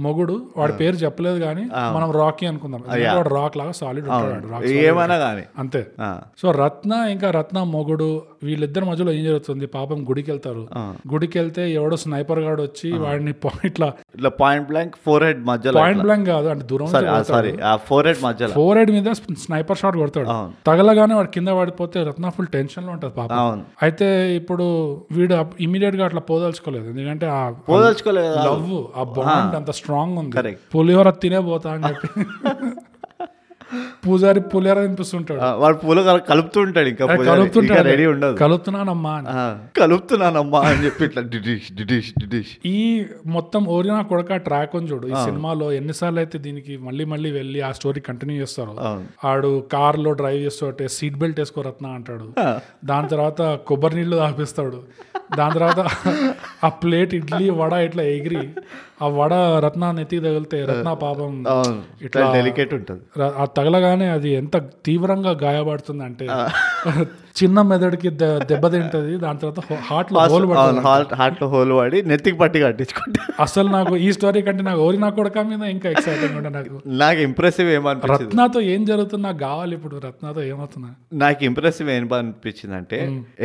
Speaker 1: మొగుడు వాడి పేరు చెప్పలేదు కానీ మనం రాకీ అనుకుందాం ఎందుకంటే వాడు రాక్ లాగా సాలిడ్ ఉంటాడు రాక్
Speaker 2: ఏమైనా కానీ
Speaker 1: అంతే
Speaker 2: ఆ.
Speaker 1: సో రత్న ఇంకా రత్న మొగుడు వీళ్ళిద్దరి మధ్యలో ఏం జరుగుతుంది పాపం గుడికి వెళ్తారు గుడికి వెళ్తే ఎవడో స్నైపర్ గాడు వచ్చి వాడిని పా- ఇట్లా
Speaker 2: ఇట్లా పాయింట్ బ్లాంక్ ఫోర్ హెడ్ మధ్యలో
Speaker 1: పాయింట్ బ్లాంక్ కాదు అంటే దూరం
Speaker 2: సారీ ఆ ఫోర్ హెడ్ మధ్యలో
Speaker 1: ఫోర్ హెడ్ మీద స్నైపర్ షాట్ కొడతాడు తగలగానే వాడు కింద పడిపోతే రత్న ఫుల్ టెన్షన్ లో ఉంటది పాపం
Speaker 2: అవును
Speaker 1: అయితే ఇప్పుడు వీడు ఇమీడియట్ గా అట్లా పోదలుచుకోలేదు ఎందుకంటే ఆ
Speaker 2: పోదలుచుకోలేదు కదా.
Speaker 1: లవ్ ఆ బాండ్ అంత స్ట్రాంగ్ ఉంది
Speaker 2: Correct.
Speaker 1: పులిహోర తినే పోతా అని చెప్పి పూజారి పులిహోర తినిపిస్తుంటాడు
Speaker 2: ఆ, వాడు పూల కల- కలుపుతుంటాడు ఇంకా పూజారి. ఇంకా రెడీ
Speaker 1: కలుపుతుంటాడు
Speaker 2: ఉండదు
Speaker 1: కలుపుతున్నానమ్మా అని
Speaker 2: ఆ, కలుపుతున్నానమ్మా అని చెప్పి ఇట్లా డిడిష్ డిడిష్ డిడిష్
Speaker 1: ఈ మొత్తం ఓరినా కొడక ట్రాక్ అని చూడు ఈ సినిమాలో ఎన్నిసార్లు అయితే దీనికి మళ్ళీ మళ్ళీ వెళ్ళి ఆ స్టోరీ కంటిన్యూ చేస్తారో ఆడు కార్ లో డ్రైవ్ చేస్తుంటే సీట్ బెల్ట్ వేసుకో రత్న అంటాడు దాని తర్వాత కొబ్బరి నీళ్లు తాపిస్తాడు దాని తర్వాత ఆ ప్లేట్ ఇడ్లీ వడ ఇట్లా ఎగిరి ఆ వడ రత్న నెత్తికి తగిలితే రత్న పాపం
Speaker 2: అవును ఇట్లా డెలికేట్ ఉంటుంది
Speaker 1: ర- ఆ తగలగానే అది ఎంత తీవ్రంగా గాయపడుతుంది అంటే చిన్న మెదడుకి దె- దెబ్బ తింటది దాని తర్వాత హార్ట్ లో హోల్ పడుతుంది
Speaker 2: అవును హార్ట్ హార్ట్ లో హోల్ వాడి నెత్తికి పట్టి కట్టించుకుంటా
Speaker 1: అసలు నాకు ఈ స్టోరీ కంటే నాకు ఓరి నా కొడక మీద ఇంకా ఎక్సైటింగ్ ఉండే నాకు
Speaker 2: నాకు ఇంప్రెసివ్ ఏమనిపించింది
Speaker 1: రత్నాతో ఏం జరుగుతుంది నాకు కావాలి ఇప్పుడు రత్నాతో ఏమవుతున్నా
Speaker 2: నాకు ఇంప్రెసివ్ ఏం అనిపించింది అంటే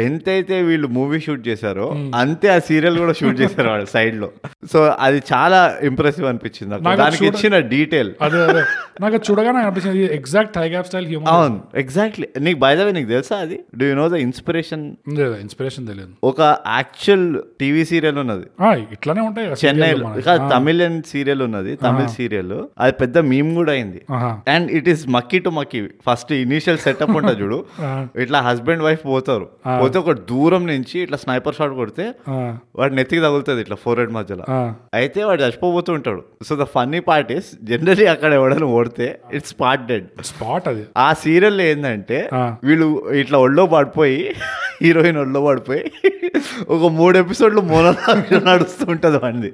Speaker 2: ఎంతైతే వీళ్ళు మూవీ షూట్ చేశారో అంతే ఆ సీరియల్ కూడా షూట్ చేశారు వాళ్ళు సైడ్ లో సో అది చాలా చాలా ఇంప్రెసివ్ అనిపించింది నాకు
Speaker 1: నాకు
Speaker 2: దానికి ఇచ్చిన డీటెయిల్
Speaker 1: అదే అదే నాకు అది చూడగానే అనిపించింది ఎగ్జాక్ట్ థైగ్యాప్ స్టైల్ హ్యూమన్
Speaker 2: అవును ఎగ్జాక్ట్లీ నీకు బయదవే నీకు తెలుసా అది do you know the inspiration
Speaker 1: లేదా ఇన్స్పిరేషన్ తెలియదు
Speaker 2: ఒక యాక్చువల్ టీవీ సీరియల్ ఉన్నది
Speaker 1: ఆ, ఇట్లానే ఉంటాయి కదా
Speaker 2: చెన్నైలో
Speaker 1: serial మనకి.
Speaker 2: ఇక తమిళన్ సీరియల్ ఉన్నది తమిళ సీరియల్ అది పెద్ద మీమ్ కూడా అయింది
Speaker 1: ఆహా.
Speaker 2: అండ్ ఇట్ ఈస్ మక్కీ టు మక్కీ ఫస్ట్ ఇనీషియల్ సెటప్ ఉంటుంది చూడు ఇట్లా హస్బెండ్ వైఫ్ పోతారు పోతే ఒక దూరం నుంచి ఇట్లా స్నైపర్ షాట్ కొడితే
Speaker 1: ఆ,
Speaker 2: వాడు నెత్తికి తగులుతుంది ఇట్లా ఫోర్ హెడ్ మధ్యలో
Speaker 1: ఆ.
Speaker 2: అయితే వాడు చచ్చిపోబోతూ ఉంటాడు so the funny part is generally అక్కడ ఎవడైనా ఓడితే ఇట్స్ పార్ట్ డెడ్
Speaker 1: స్పాట్ అది
Speaker 2: ఆ సీరియల్ ఏంటంటే
Speaker 1: ఆ.
Speaker 2: వీళ్ళు ఇట్లా ఒళ్ళో పడిపోయి హీరోయిన్ ఒళ్ళో పడిపోయి ఒక మూడు ఎపిసోడ్లు మోనోలాగ్ నడుస్తుంటది వాడిది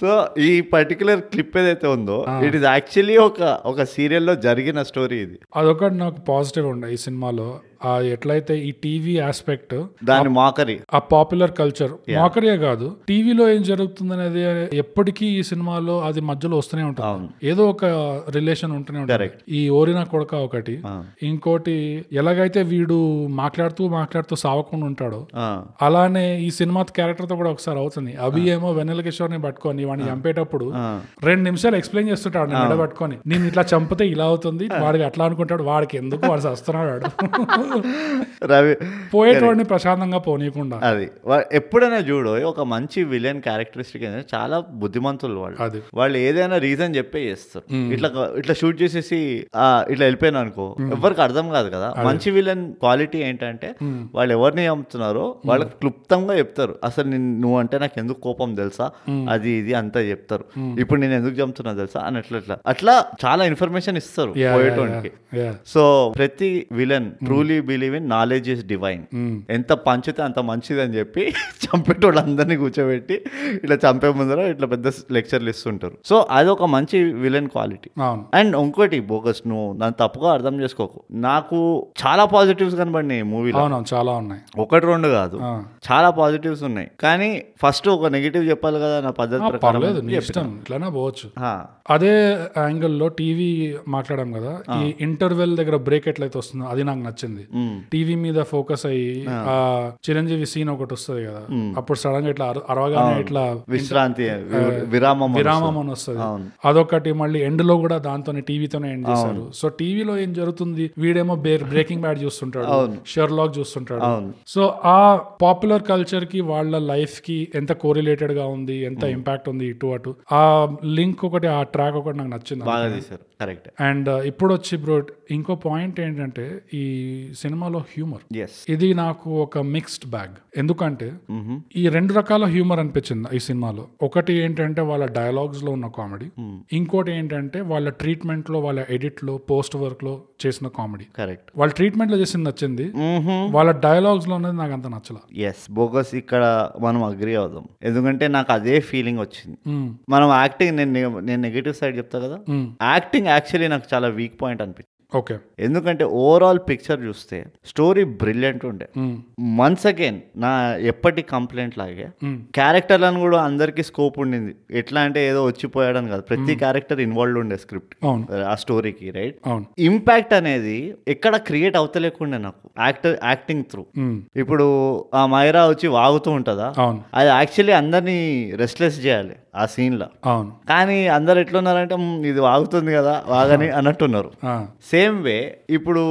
Speaker 2: సో ఈ పర్టికులర్ క్లిప్ ఏదైతే ఉందో ఇట్ ఇస్ యాక్చువల్లీ ఒక ఒక సీరియల్లో జరిగిన స్టోరీ ఇది
Speaker 1: అదొకటి నాకు పాజిటివ్ ఉండే ఈ సినిమాలో ఆ ఎట్లయితే ఈ టీవీ ఆస్పెక్ట్
Speaker 2: దాని మాకరి
Speaker 1: ఆ పాపులర్ కల్చర్ మాకరే కాదు టీవీలో ఏం జరుగుతుంది అనేది ఎప్పటికీ ఈ సినిమాలో అది మధ్యలో వస్తూనే
Speaker 2: అవును.
Speaker 1: ఉంటుంది ఏదో ఒక రిలేషన్ ఉంటూనే ఉంటుంది ఈ ఓరిన కొడక ఒకటి ఇంకోటి ఎలాగైతే వీడు మాట్లాడుతూ మాట్లాడుతూ సావకుండా ఉంటాడో
Speaker 2: ఆ.
Speaker 1: అలానే ఈ సినిమా క్యారెక్టర్ తో కూడా ఒకసారి అవుతుంది అభి ఏమో వెన్నెల కిషోర్ ని పట్టుకొని వాడిని చంపేటప్పుడు రెండు నిమిషాలు ఎక్స్ప్లెయిన్ చేస్తుంటాడు నిన్న పట్టుకొని నేను ఇట్లా చంపితే ఇలా అవుతుంది వాడికి అట్లా అనుకుంటాడు వాడికి ఎందుకు వాడు వస్తున్నాడు వాడు
Speaker 2: రవి
Speaker 1: పోయేటోడిని ప్రశాంతంగా పోనీయకుండా
Speaker 2: అది వా- ఎప్పుడైనా చూడు ఒక మంచి విలన్ క్యారెక్టరిస్టిక్ ఏంటంటే చాలా బుద్ధిమంతులు వాళ్ళు
Speaker 1: అది
Speaker 2: వాళ్ళు ఏదైనా రీజన్ చెప్పే చేస్తారు ఇట్లా క- ఇట్లా షూట్ చేసేసి ఆ, ఇట్లా వెళ్ళిపోయాను అనుకో ఎవరికి అర్థం కాదు కదా మంచి విలన్ క్వాలిటీ ఏంటంటే వాళ్ళు ఎవరిని అమ్ముతున్నారో వాళ్ళకి క్లుప్తంగా చెప్తారు అసలు నిన్ను- నువ్వు అంటే నాకు ఎందుకు కోపం తెలుసా అది ఇది అంతా చెప్తారు ఇప్పుడు నేను ఎందుకు చంపుతున్నా తెలుసా అని అట్లా ఇట్లా అట్లా చాలా ఇన్ఫర్మేషన్ ఇస్తారు
Speaker 1: Yeah, yeah,
Speaker 2: పోయేటోనికి
Speaker 1: yeah, yeah.
Speaker 2: సో ప్రతి villain truly believe in knowledge is divine
Speaker 1: Hmm.
Speaker 2: ఎంత పంచితే అంత మంచిది అని చెప్పి చంపేటోళ్ళందరినీ కూర్చోబెట్టి ఇట్లా చంపే ముందర ఇట్లా పెద్ద లెక్చర్లు ఇస్తుంటారు సో అదొక మంచి విలన్ క్వాలిటీ
Speaker 1: అవును
Speaker 2: అండ్ ఇంకోటి బోకస్ నువ్వు నన్ను తప్పుగా అర్థం చేసుకోకు నాకు చాలా పాజిటివ్స్ కనబడినాయి మూవీలో
Speaker 1: అవునవును చాలా ఉన్నాయి
Speaker 2: ఒకటి రెండు కాదు
Speaker 1: ఆ.
Speaker 2: చాలా పాజిటివ్స్ ఉన్నాయి కానీ ఫస్ట్ ఒక నెగిటివ్ చెప్పాలి కదా నా పద్ధతి ప్రకారం
Speaker 1: పర్లేదు నీ ఇష్టం ఇట్లానే పోవచ్చు
Speaker 2: ఆ,
Speaker 1: అదే యాంగిల్లో టీవీ మాట్లాడాం కదా ఈ ఇంటర్వెల్ దగ్గర బ్రేక్ ఎట్లయితే వస్తుందో అది నాకు నచ్చింది టీవీ మీద ఫోకస్ అయ్యి ఆ చిరంజీవి సీన్ ఒకటి వస్తుంది కదా అప్పుడు సడన్ గా ఇట్లా అర- అరవగానే ఇట్లా
Speaker 2: విశ్రాంతి వి- విరామం
Speaker 1: విరామం అని వస్తుంది అదొకటి మళ్ళీ ఎండ్ లో కూడా దాంతో టీవీతోనే ఎండ్ చేశారు సో టీవీలో ఏం జరుగుతుంది వీడేమో బ్రేకింగ్ బ్యాడ్ చూస్తుంటాడు షెర్లాక్ చూస్తుంటాడు సో ఆ పాపులర్ కల్చర్ కి వాళ్ళ లైఫ్ కి ఎంత కోరిలేటెడ్ గా ఉంది ఎంత ఇంపాక్ట్ ఉంది ఇటు అటు ఆ లింక్ ఒకటి ఆ ట్రాక్ ఒకటి నాకు నచ్చింది
Speaker 2: బాగా తీశారు కరెక్ట్
Speaker 1: అండ్ ఇప్పుడు వచ్చి బ్రో ఇంకో పాయింట్ ఏంటంటే ఈ సినిమాలో హ్యూమర్
Speaker 2: ఎస్
Speaker 1: ఇది నాకు ఒక మిక్స్డ్ బ్యాగ్ ఎందుకంటే
Speaker 2: Mm-hmm.
Speaker 1: ఈ రెండు రకాల హ్యూమర్ అనిపించింది ఈ సినిమాలో ఒకటి ఏంటంటే వాళ్ళ డైలాగ్స్ లో ఉన్న కామెడీ ఇంకోటి ఏంటంటే వాళ్ళ ట్రీట్మెంట్ లో వాళ్ళ ఎడిట్ లో పోస్ట్ వర్క్ లో చేసిన కామెడీ
Speaker 2: కరెక్ట్
Speaker 1: వాళ్ళ ట్రీట్మెంట్ లో చేసింది నచ్చింది వాళ్ళ డైలాగ్స్ లో అనేది నాకు అంత నచ్చల
Speaker 2: ఎస్ బోగస్ Mm-hmm. ఇక్కడ మనం అగ్రి అవుదాం ఎందుకంటే నాకు అదే ఫీలింగ్ వచ్చింది
Speaker 1: Hmm.
Speaker 2: మనం యాక్టింగ్ నేను నె- నేను నెగిటివ్ సైడ్ చెప్తా కదా యాక్టింగ్ యాక్చువల్లీ నాకు చాలా వీక్ పాయింట్ అనిపించింది
Speaker 1: ఓకే
Speaker 2: ఎందుకంటే ఓవరాల్ పిక్చర్ చూస్తే స్టోరీ బ్రిలియంట్ ఉండే
Speaker 1: Hmm.
Speaker 2: వన్స్ అగైన్ నా ఎప్పటి కంప్లైంట్ లాగే క్యారెక్టర్లను కూడా అందరికీ స్కోప్ ఉండింది ఎట్లా అంటే ఏదో వచ్చిపోయాడని కాదు ప్రతి క్యారెక్టర్ ఇన్వాల్వ్ ఉండే స్క్రిప్ట్
Speaker 1: అవును
Speaker 2: ఆ స్టోరీకి రైట్
Speaker 1: అవును
Speaker 2: ఇంపాక్ట్ అనేది ఎక్కడ క్రియేట్ అవుతలేకుండే నాకు యాక్టర్ యాక్టింగ్ త్రూ
Speaker 1: మ్మ్.
Speaker 2: ఇప్పుడు ఆ మైరా వచ్చి వాగుతూ ఉంటుందా
Speaker 1: Hmm. అవును
Speaker 2: అది యాక్చువల్లీ అందరినీ రెస్ట్లెస్ చేయాలి ఆ సీన్లో
Speaker 1: అవును
Speaker 2: కానీ అందరు ఎట్లున్నారంటే "మ్, ఇది వాగుతుంది కదా వాగని అన్నట్టున్నారు
Speaker 1: ఆ,
Speaker 2: సేమ్ వే ఇప్పుడు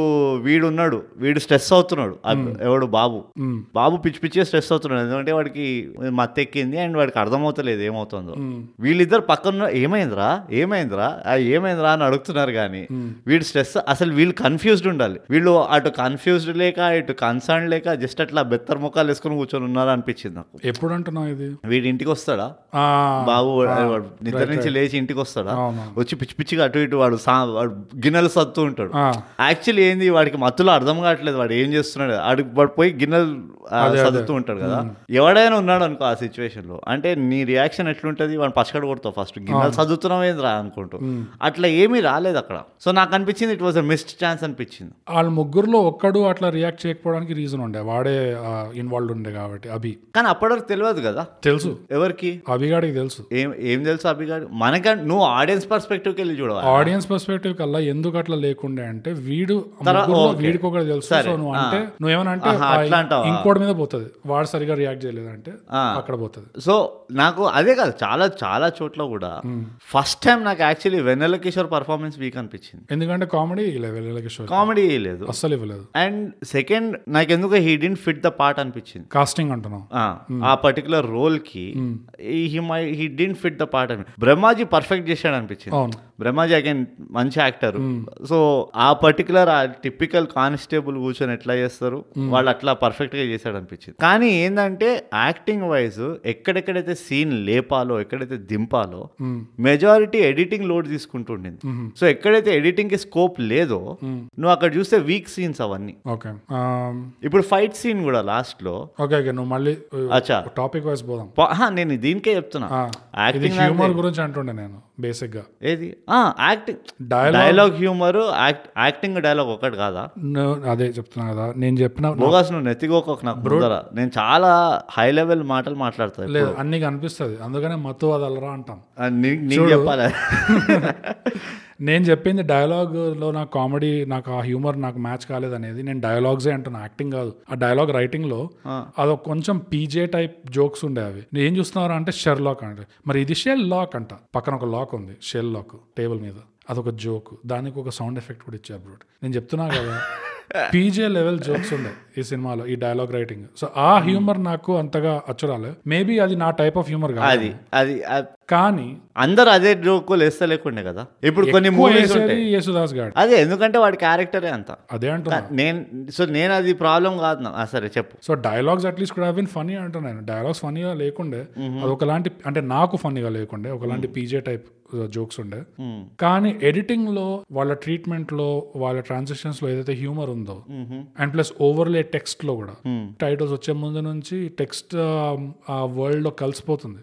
Speaker 2: వీడున్నాడు వీడు స్ట్రెస్ అవుతున్నాడు ఆ ఎవడు బాబు
Speaker 1: మ్మ్.
Speaker 2: బాబు పిచ్చి పిచ్చిగా స్ట్రెస్ అవుతున్నాడు ఎందుకంటే వాడికి మత్తెక్కింది అండ్ వాడికి అర్థమవుతలేదు ఏమవుతుందో వీళ్ళిద్దరు పక్కన ఏమైందిరా ఏమైందిరా ఆ, ఏమైందిరా అని అడుగుతున్నారు కానీ వీడు స్ట్రెస్ అసలు వీళ్ళు కన్ఫ్యూజ్డ్ ఉండాలి వీళ్ళు అటు కన్ఫ్యూజ్డ్ లేక ఇటు కన్సర్న్ లేక జస్ట్ అట్లా బెత్తర్ ముఖాలు వేసుకుని కూర్చొని ఉన్నారు అనిపించింది నాకు
Speaker 1: ఎప్పుడు అంటున్నావు ఇది
Speaker 2: వీడి ఇంటికి వస్తాడా
Speaker 1: ఆ,
Speaker 2: బాబు వాడు- వాడు నిద్ర నుంచి లేచి ఇంటికి వస్తాడా
Speaker 1: అవును.
Speaker 2: వచ్చి పిచ్చి పిచ్చిగా అటు ఇటు వాడు సా- వాడు గిన్నెలు సత్తు ఉంటాడు
Speaker 1: ఆ.
Speaker 2: యాక్చువల్లీ ఏంది వాడికి మత్తులో అర్థం కావట్లేదు వాడు ఏం చేస్తున్నాడు వాడు వాడు పోయి గిన్నెలు ఆ, సర్దుతూ ఉంటాడు కదా ఎవడైనా ఉన్నాడు అనుకో ఆ సిచ్యువేషన్ లో అంటే నీ రియాక్షన్ ఎట్లుంటది వాడు పచ్చకడు కొడతావు ఫస్ట్ గిన్నెలు చదువుతున్నావు ఏంది రా అనుకుంటూ అట్లా ఏమీ రాలేదు అక్కడ సో నాకు అనిపించింది it was a missed chance అనిపించింది
Speaker 1: వాళ్ళ ముగ్గురులో ఒక్కడు అట్లా రియాక్ట్ చేయకపోవడానికి రీజన్ ఉండే వాడే ఇన్వాల్వ్ ఉండే కాబట్టి అభి
Speaker 2: కానీ అప్పటివరకు తెలియదు కదా
Speaker 1: తెలుసు
Speaker 2: ఎవరికి
Speaker 1: అభిగాడికి తెలుసు
Speaker 2: ఏం ఏం తెలుసు అభిగాడు మనకంటే నువ్కి నువ్వు ఆడియన్స్ పర్స్పెక్టివ్కి వెళ్ళి చూడవాలి
Speaker 1: ఆడియన్స్ పర్స్పెక్టివ్ కల్లా ఎందుకు అట్లా లేకు ఉండే అంటే వీడు
Speaker 2: తర్వా-
Speaker 1: ముగ్గురులో
Speaker 2: okay.
Speaker 1: వీడికి ఒకటి తెలుసు
Speaker 2: సరే.
Speaker 1: సో నువ్వు అంటే నువ్వేమన్నా అంటే
Speaker 2: ఆహా,
Speaker 1: ఆ
Speaker 2: అట్లా అంటావా?
Speaker 1: ఇంకోటి మీద పోతుంది వాడు సరిగా రియాక్ట్ చేయలేదు అంటే అక్కడ పోతుంది
Speaker 2: సో నాకు అదే కాదు చాలా చాలా చోట్ల కూడా ఫస్ట్ టైం నాకు actually Vennela Kishore performance weak అనిపించింది
Speaker 1: ఎందుకంటే కామెడీ వెళ్ళలేక కిషోర్
Speaker 2: కామెడీ లేదు
Speaker 1: అస్సలు ఇవ్వలేదు
Speaker 2: అండ్ సెకండ్ నాకెందుకు he didn't fit the part అనిపించింది
Speaker 1: కాస్టింగ్ అంటున్నావు
Speaker 2: ఆ, ఆ పర్టికులర్ రోల్ కి he my he didn't fit the part అని బ్రహ్మాజీ పర్ఫెక్ట్ చేశాడు అనిపించింది
Speaker 1: అవును
Speaker 2: బ్రహ్మాజీ అగైన్ మంచి యాక్టర్ సో ఆ పర్టికులర్ ఆ టిపికల్ కానిస్టేబుల్ కూర్చొని ఎట్లా చేస్తారు వాళ్ళు అట్లా పర్ఫెక్ట్ గా చేశాడు అనిపించింది కానీ ఏంటంటే యాక్టింగ్ వైజ్ ఎక్కడెక్కడైతే సీన్ లేపాలో ఎక్కడైతే దింపాలో మెజారిటీ ఎడిటింగ్ లోడ్ తీసుకుంటుండింది సో ఎక్కడైతే ఎడిటింగ్ కి స్కోప్ లేదో నువ్వు అక్కడ చూస్తే వీక్ సీన్స్ అవన్నీ
Speaker 1: ఓకే
Speaker 2: ఇప్పుడు ఫైట్ సీన్ కూడా లాస్ట్ లో
Speaker 1: ఓకే ఓకే నువ్వు మళ్ళీ
Speaker 2: అచ్చా
Speaker 1: టాపిక్ వైజ్ పోదాం
Speaker 2: ప- హా, నేను దీనికే చెప్తున్నా
Speaker 1: ఆ, ఇది
Speaker 2: యాక్టింగ్
Speaker 1: హ్యూమర్ గురించి అంటుండే నేను బేసిక్ గా
Speaker 2: ఏది ఆ, acting
Speaker 1: Dialogue-
Speaker 2: dialogue humour acting dialogue ఒకటి కాదా
Speaker 1: ను- అదే చెప్తున్నా కదా నేను చెప్పిన
Speaker 2: బోగాస్ నువ్వు నెత్తిగోక నాకు ముందర నేను చాలా హై లెవెల్ మాటలు మాట్లాడతాను
Speaker 1: లేదు అన్ని కనిపిస్తుంది అందుకనే మత్తు వదలరా అంటాం
Speaker 2: నీకు చెప్పాలి
Speaker 1: నేను చెప్పింది dialogue లో నా కామెడీ నాకు ఆ హ్యూమర్ నాకు మ్యాచ్ కాలేదు అనేది నేను డైలాగ్సే అంటున్నా యాక్టింగ్ కాదు ఆ డైలాగ్ లో అదొక కొంచెం పీజే టైప్ జోక్స్ ఉండే అవి నేను ఏం చూస్తున్నారా అంటే షెర్ లాక్ అంటే మరి ఇది షెల్ లాక్ అంట పక్కన ఒక లాక్ ఉంది షెల్ లాక్ టేబుల్ మీద అదొక జోక్ దానికి ఒక సౌండ్ ఎఫెక్ట్ కూడా ఇచ్చారు బ్రూట్ నేను చెప్తున్నా కదా పీజే లెవెల్ జోక్స్ ఉండే ఈ సినిమాలో ఈ డైలాగ్ రైటింగ్ సో ఆ
Speaker 2: Hmm.
Speaker 1: హ్యూమర్ నాకు అంతగా అచ్చురాలే మేబీ అది నా టైప్ ఆఫ్ హ్యూమర్ కాదు
Speaker 2: అది అది అది-
Speaker 1: కానీ
Speaker 2: అందరు అదే జోక్ లేస్తా లేకుండే కదా ఇప్పుడు కొన్ని
Speaker 1: ఎక్కువ
Speaker 2: మూవీస్
Speaker 1: వేసేది
Speaker 2: ఉంటాయి
Speaker 1: యేసుదాస్ గాడు
Speaker 2: అదే ఎందుకంటే వాడి క్యారెక్టరే అంత
Speaker 1: అదే అంటున్నా
Speaker 2: నేను సో నేను అది ప్రాబ్లం కాదు నా- ఆ, సరే చెప్పు
Speaker 1: సో డైలాగ్స్ అట్లీస్ట్ కూడా హావ్ బిన్ ఫనీ అంటున్నాను డైలాగ్స్ ఫనీగా లేకుండే అది ఒకలాంటి అంటే నాకు ఫనీగా లేకుండే ఒకలాంటి పీజే టైప్ జోక్స్ uh, ఉండే కానీ ఎడిటింగ్ లో వాళ్ళ ట్రీట్మెంట్ లో వాళ్ళ ట్రాన్సాక్షన్స్ లో ఏదైతే హ్యూమర్ ఉందో
Speaker 2: Mm.
Speaker 1: And plus overlay text లో కూడా టైటిల్స్ వచ్చే ముందు నుంచి టెక్స్ట్ ఆ వరల్డ్ లో కలిసిపోతుంది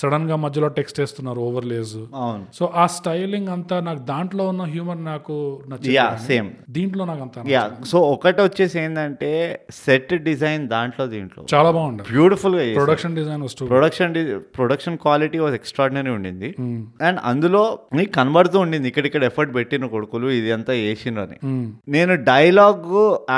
Speaker 1: సడన్ గా మధ్యలో టెక్స్ట్ వేస్తున్నారు ఓవర్లేస్
Speaker 2: అవును
Speaker 1: సో ఆ స్టైలింగ్ అంతా నాకు దాంట్లో ఉన్న హ్యూమర్ నాకు నచ్చింది
Speaker 2: యా సేమ్
Speaker 1: దీంట్లో నాకు అంత
Speaker 2: యా సో ఒకటి వచ్చేసి ఏంటంటే సెట్ డిజైన్ దాంట్లో దీంట్లో
Speaker 1: చాలా బాగుండే
Speaker 2: బ్యూటిఫుల్ గా చేశారు.
Speaker 1: ప్రొడక్షన్ డిజైన్ వస్తూ
Speaker 2: ప్రొడక్షన్ డి- ప్రొడక్షన్ క్వాలిటీ వాజ్ ఎక్స్ట్రాడినరీ ఉండింది
Speaker 1: Hmm. Mm.
Speaker 2: అండ్ అందులో నీకు కనబడుతూ ఉండింది ఇక్కడిక్కడ ఎఫర్ట్ పెట్టిన కొడుకులు ఇది అంతా వేసిండ్రు అని
Speaker 1: మ్మ్.
Speaker 2: నేను డైలాగ్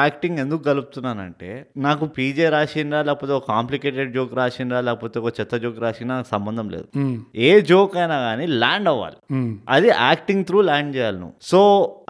Speaker 2: యాక్టింగ్ ఎందుకు కలుపుతున్నానంటే నాకు పీజే రాసిండ్రా లేకపోతే ఒక కాంప్లికేటెడ్ జోక్ రాసిండ్రా లేకపోతే ఒక చెత్త జోక్ రాసిండ్రా నాకు సంబంధం లేదు
Speaker 1: మ్మ్.
Speaker 2: ఏ జోక్ అయినా కానీ ల్యాండ్ అవ్వాలి
Speaker 1: మ్మ్.
Speaker 2: అది యాక్టింగ్ త్రూ ల్యాండ్ చేయాలి నువ్వు సో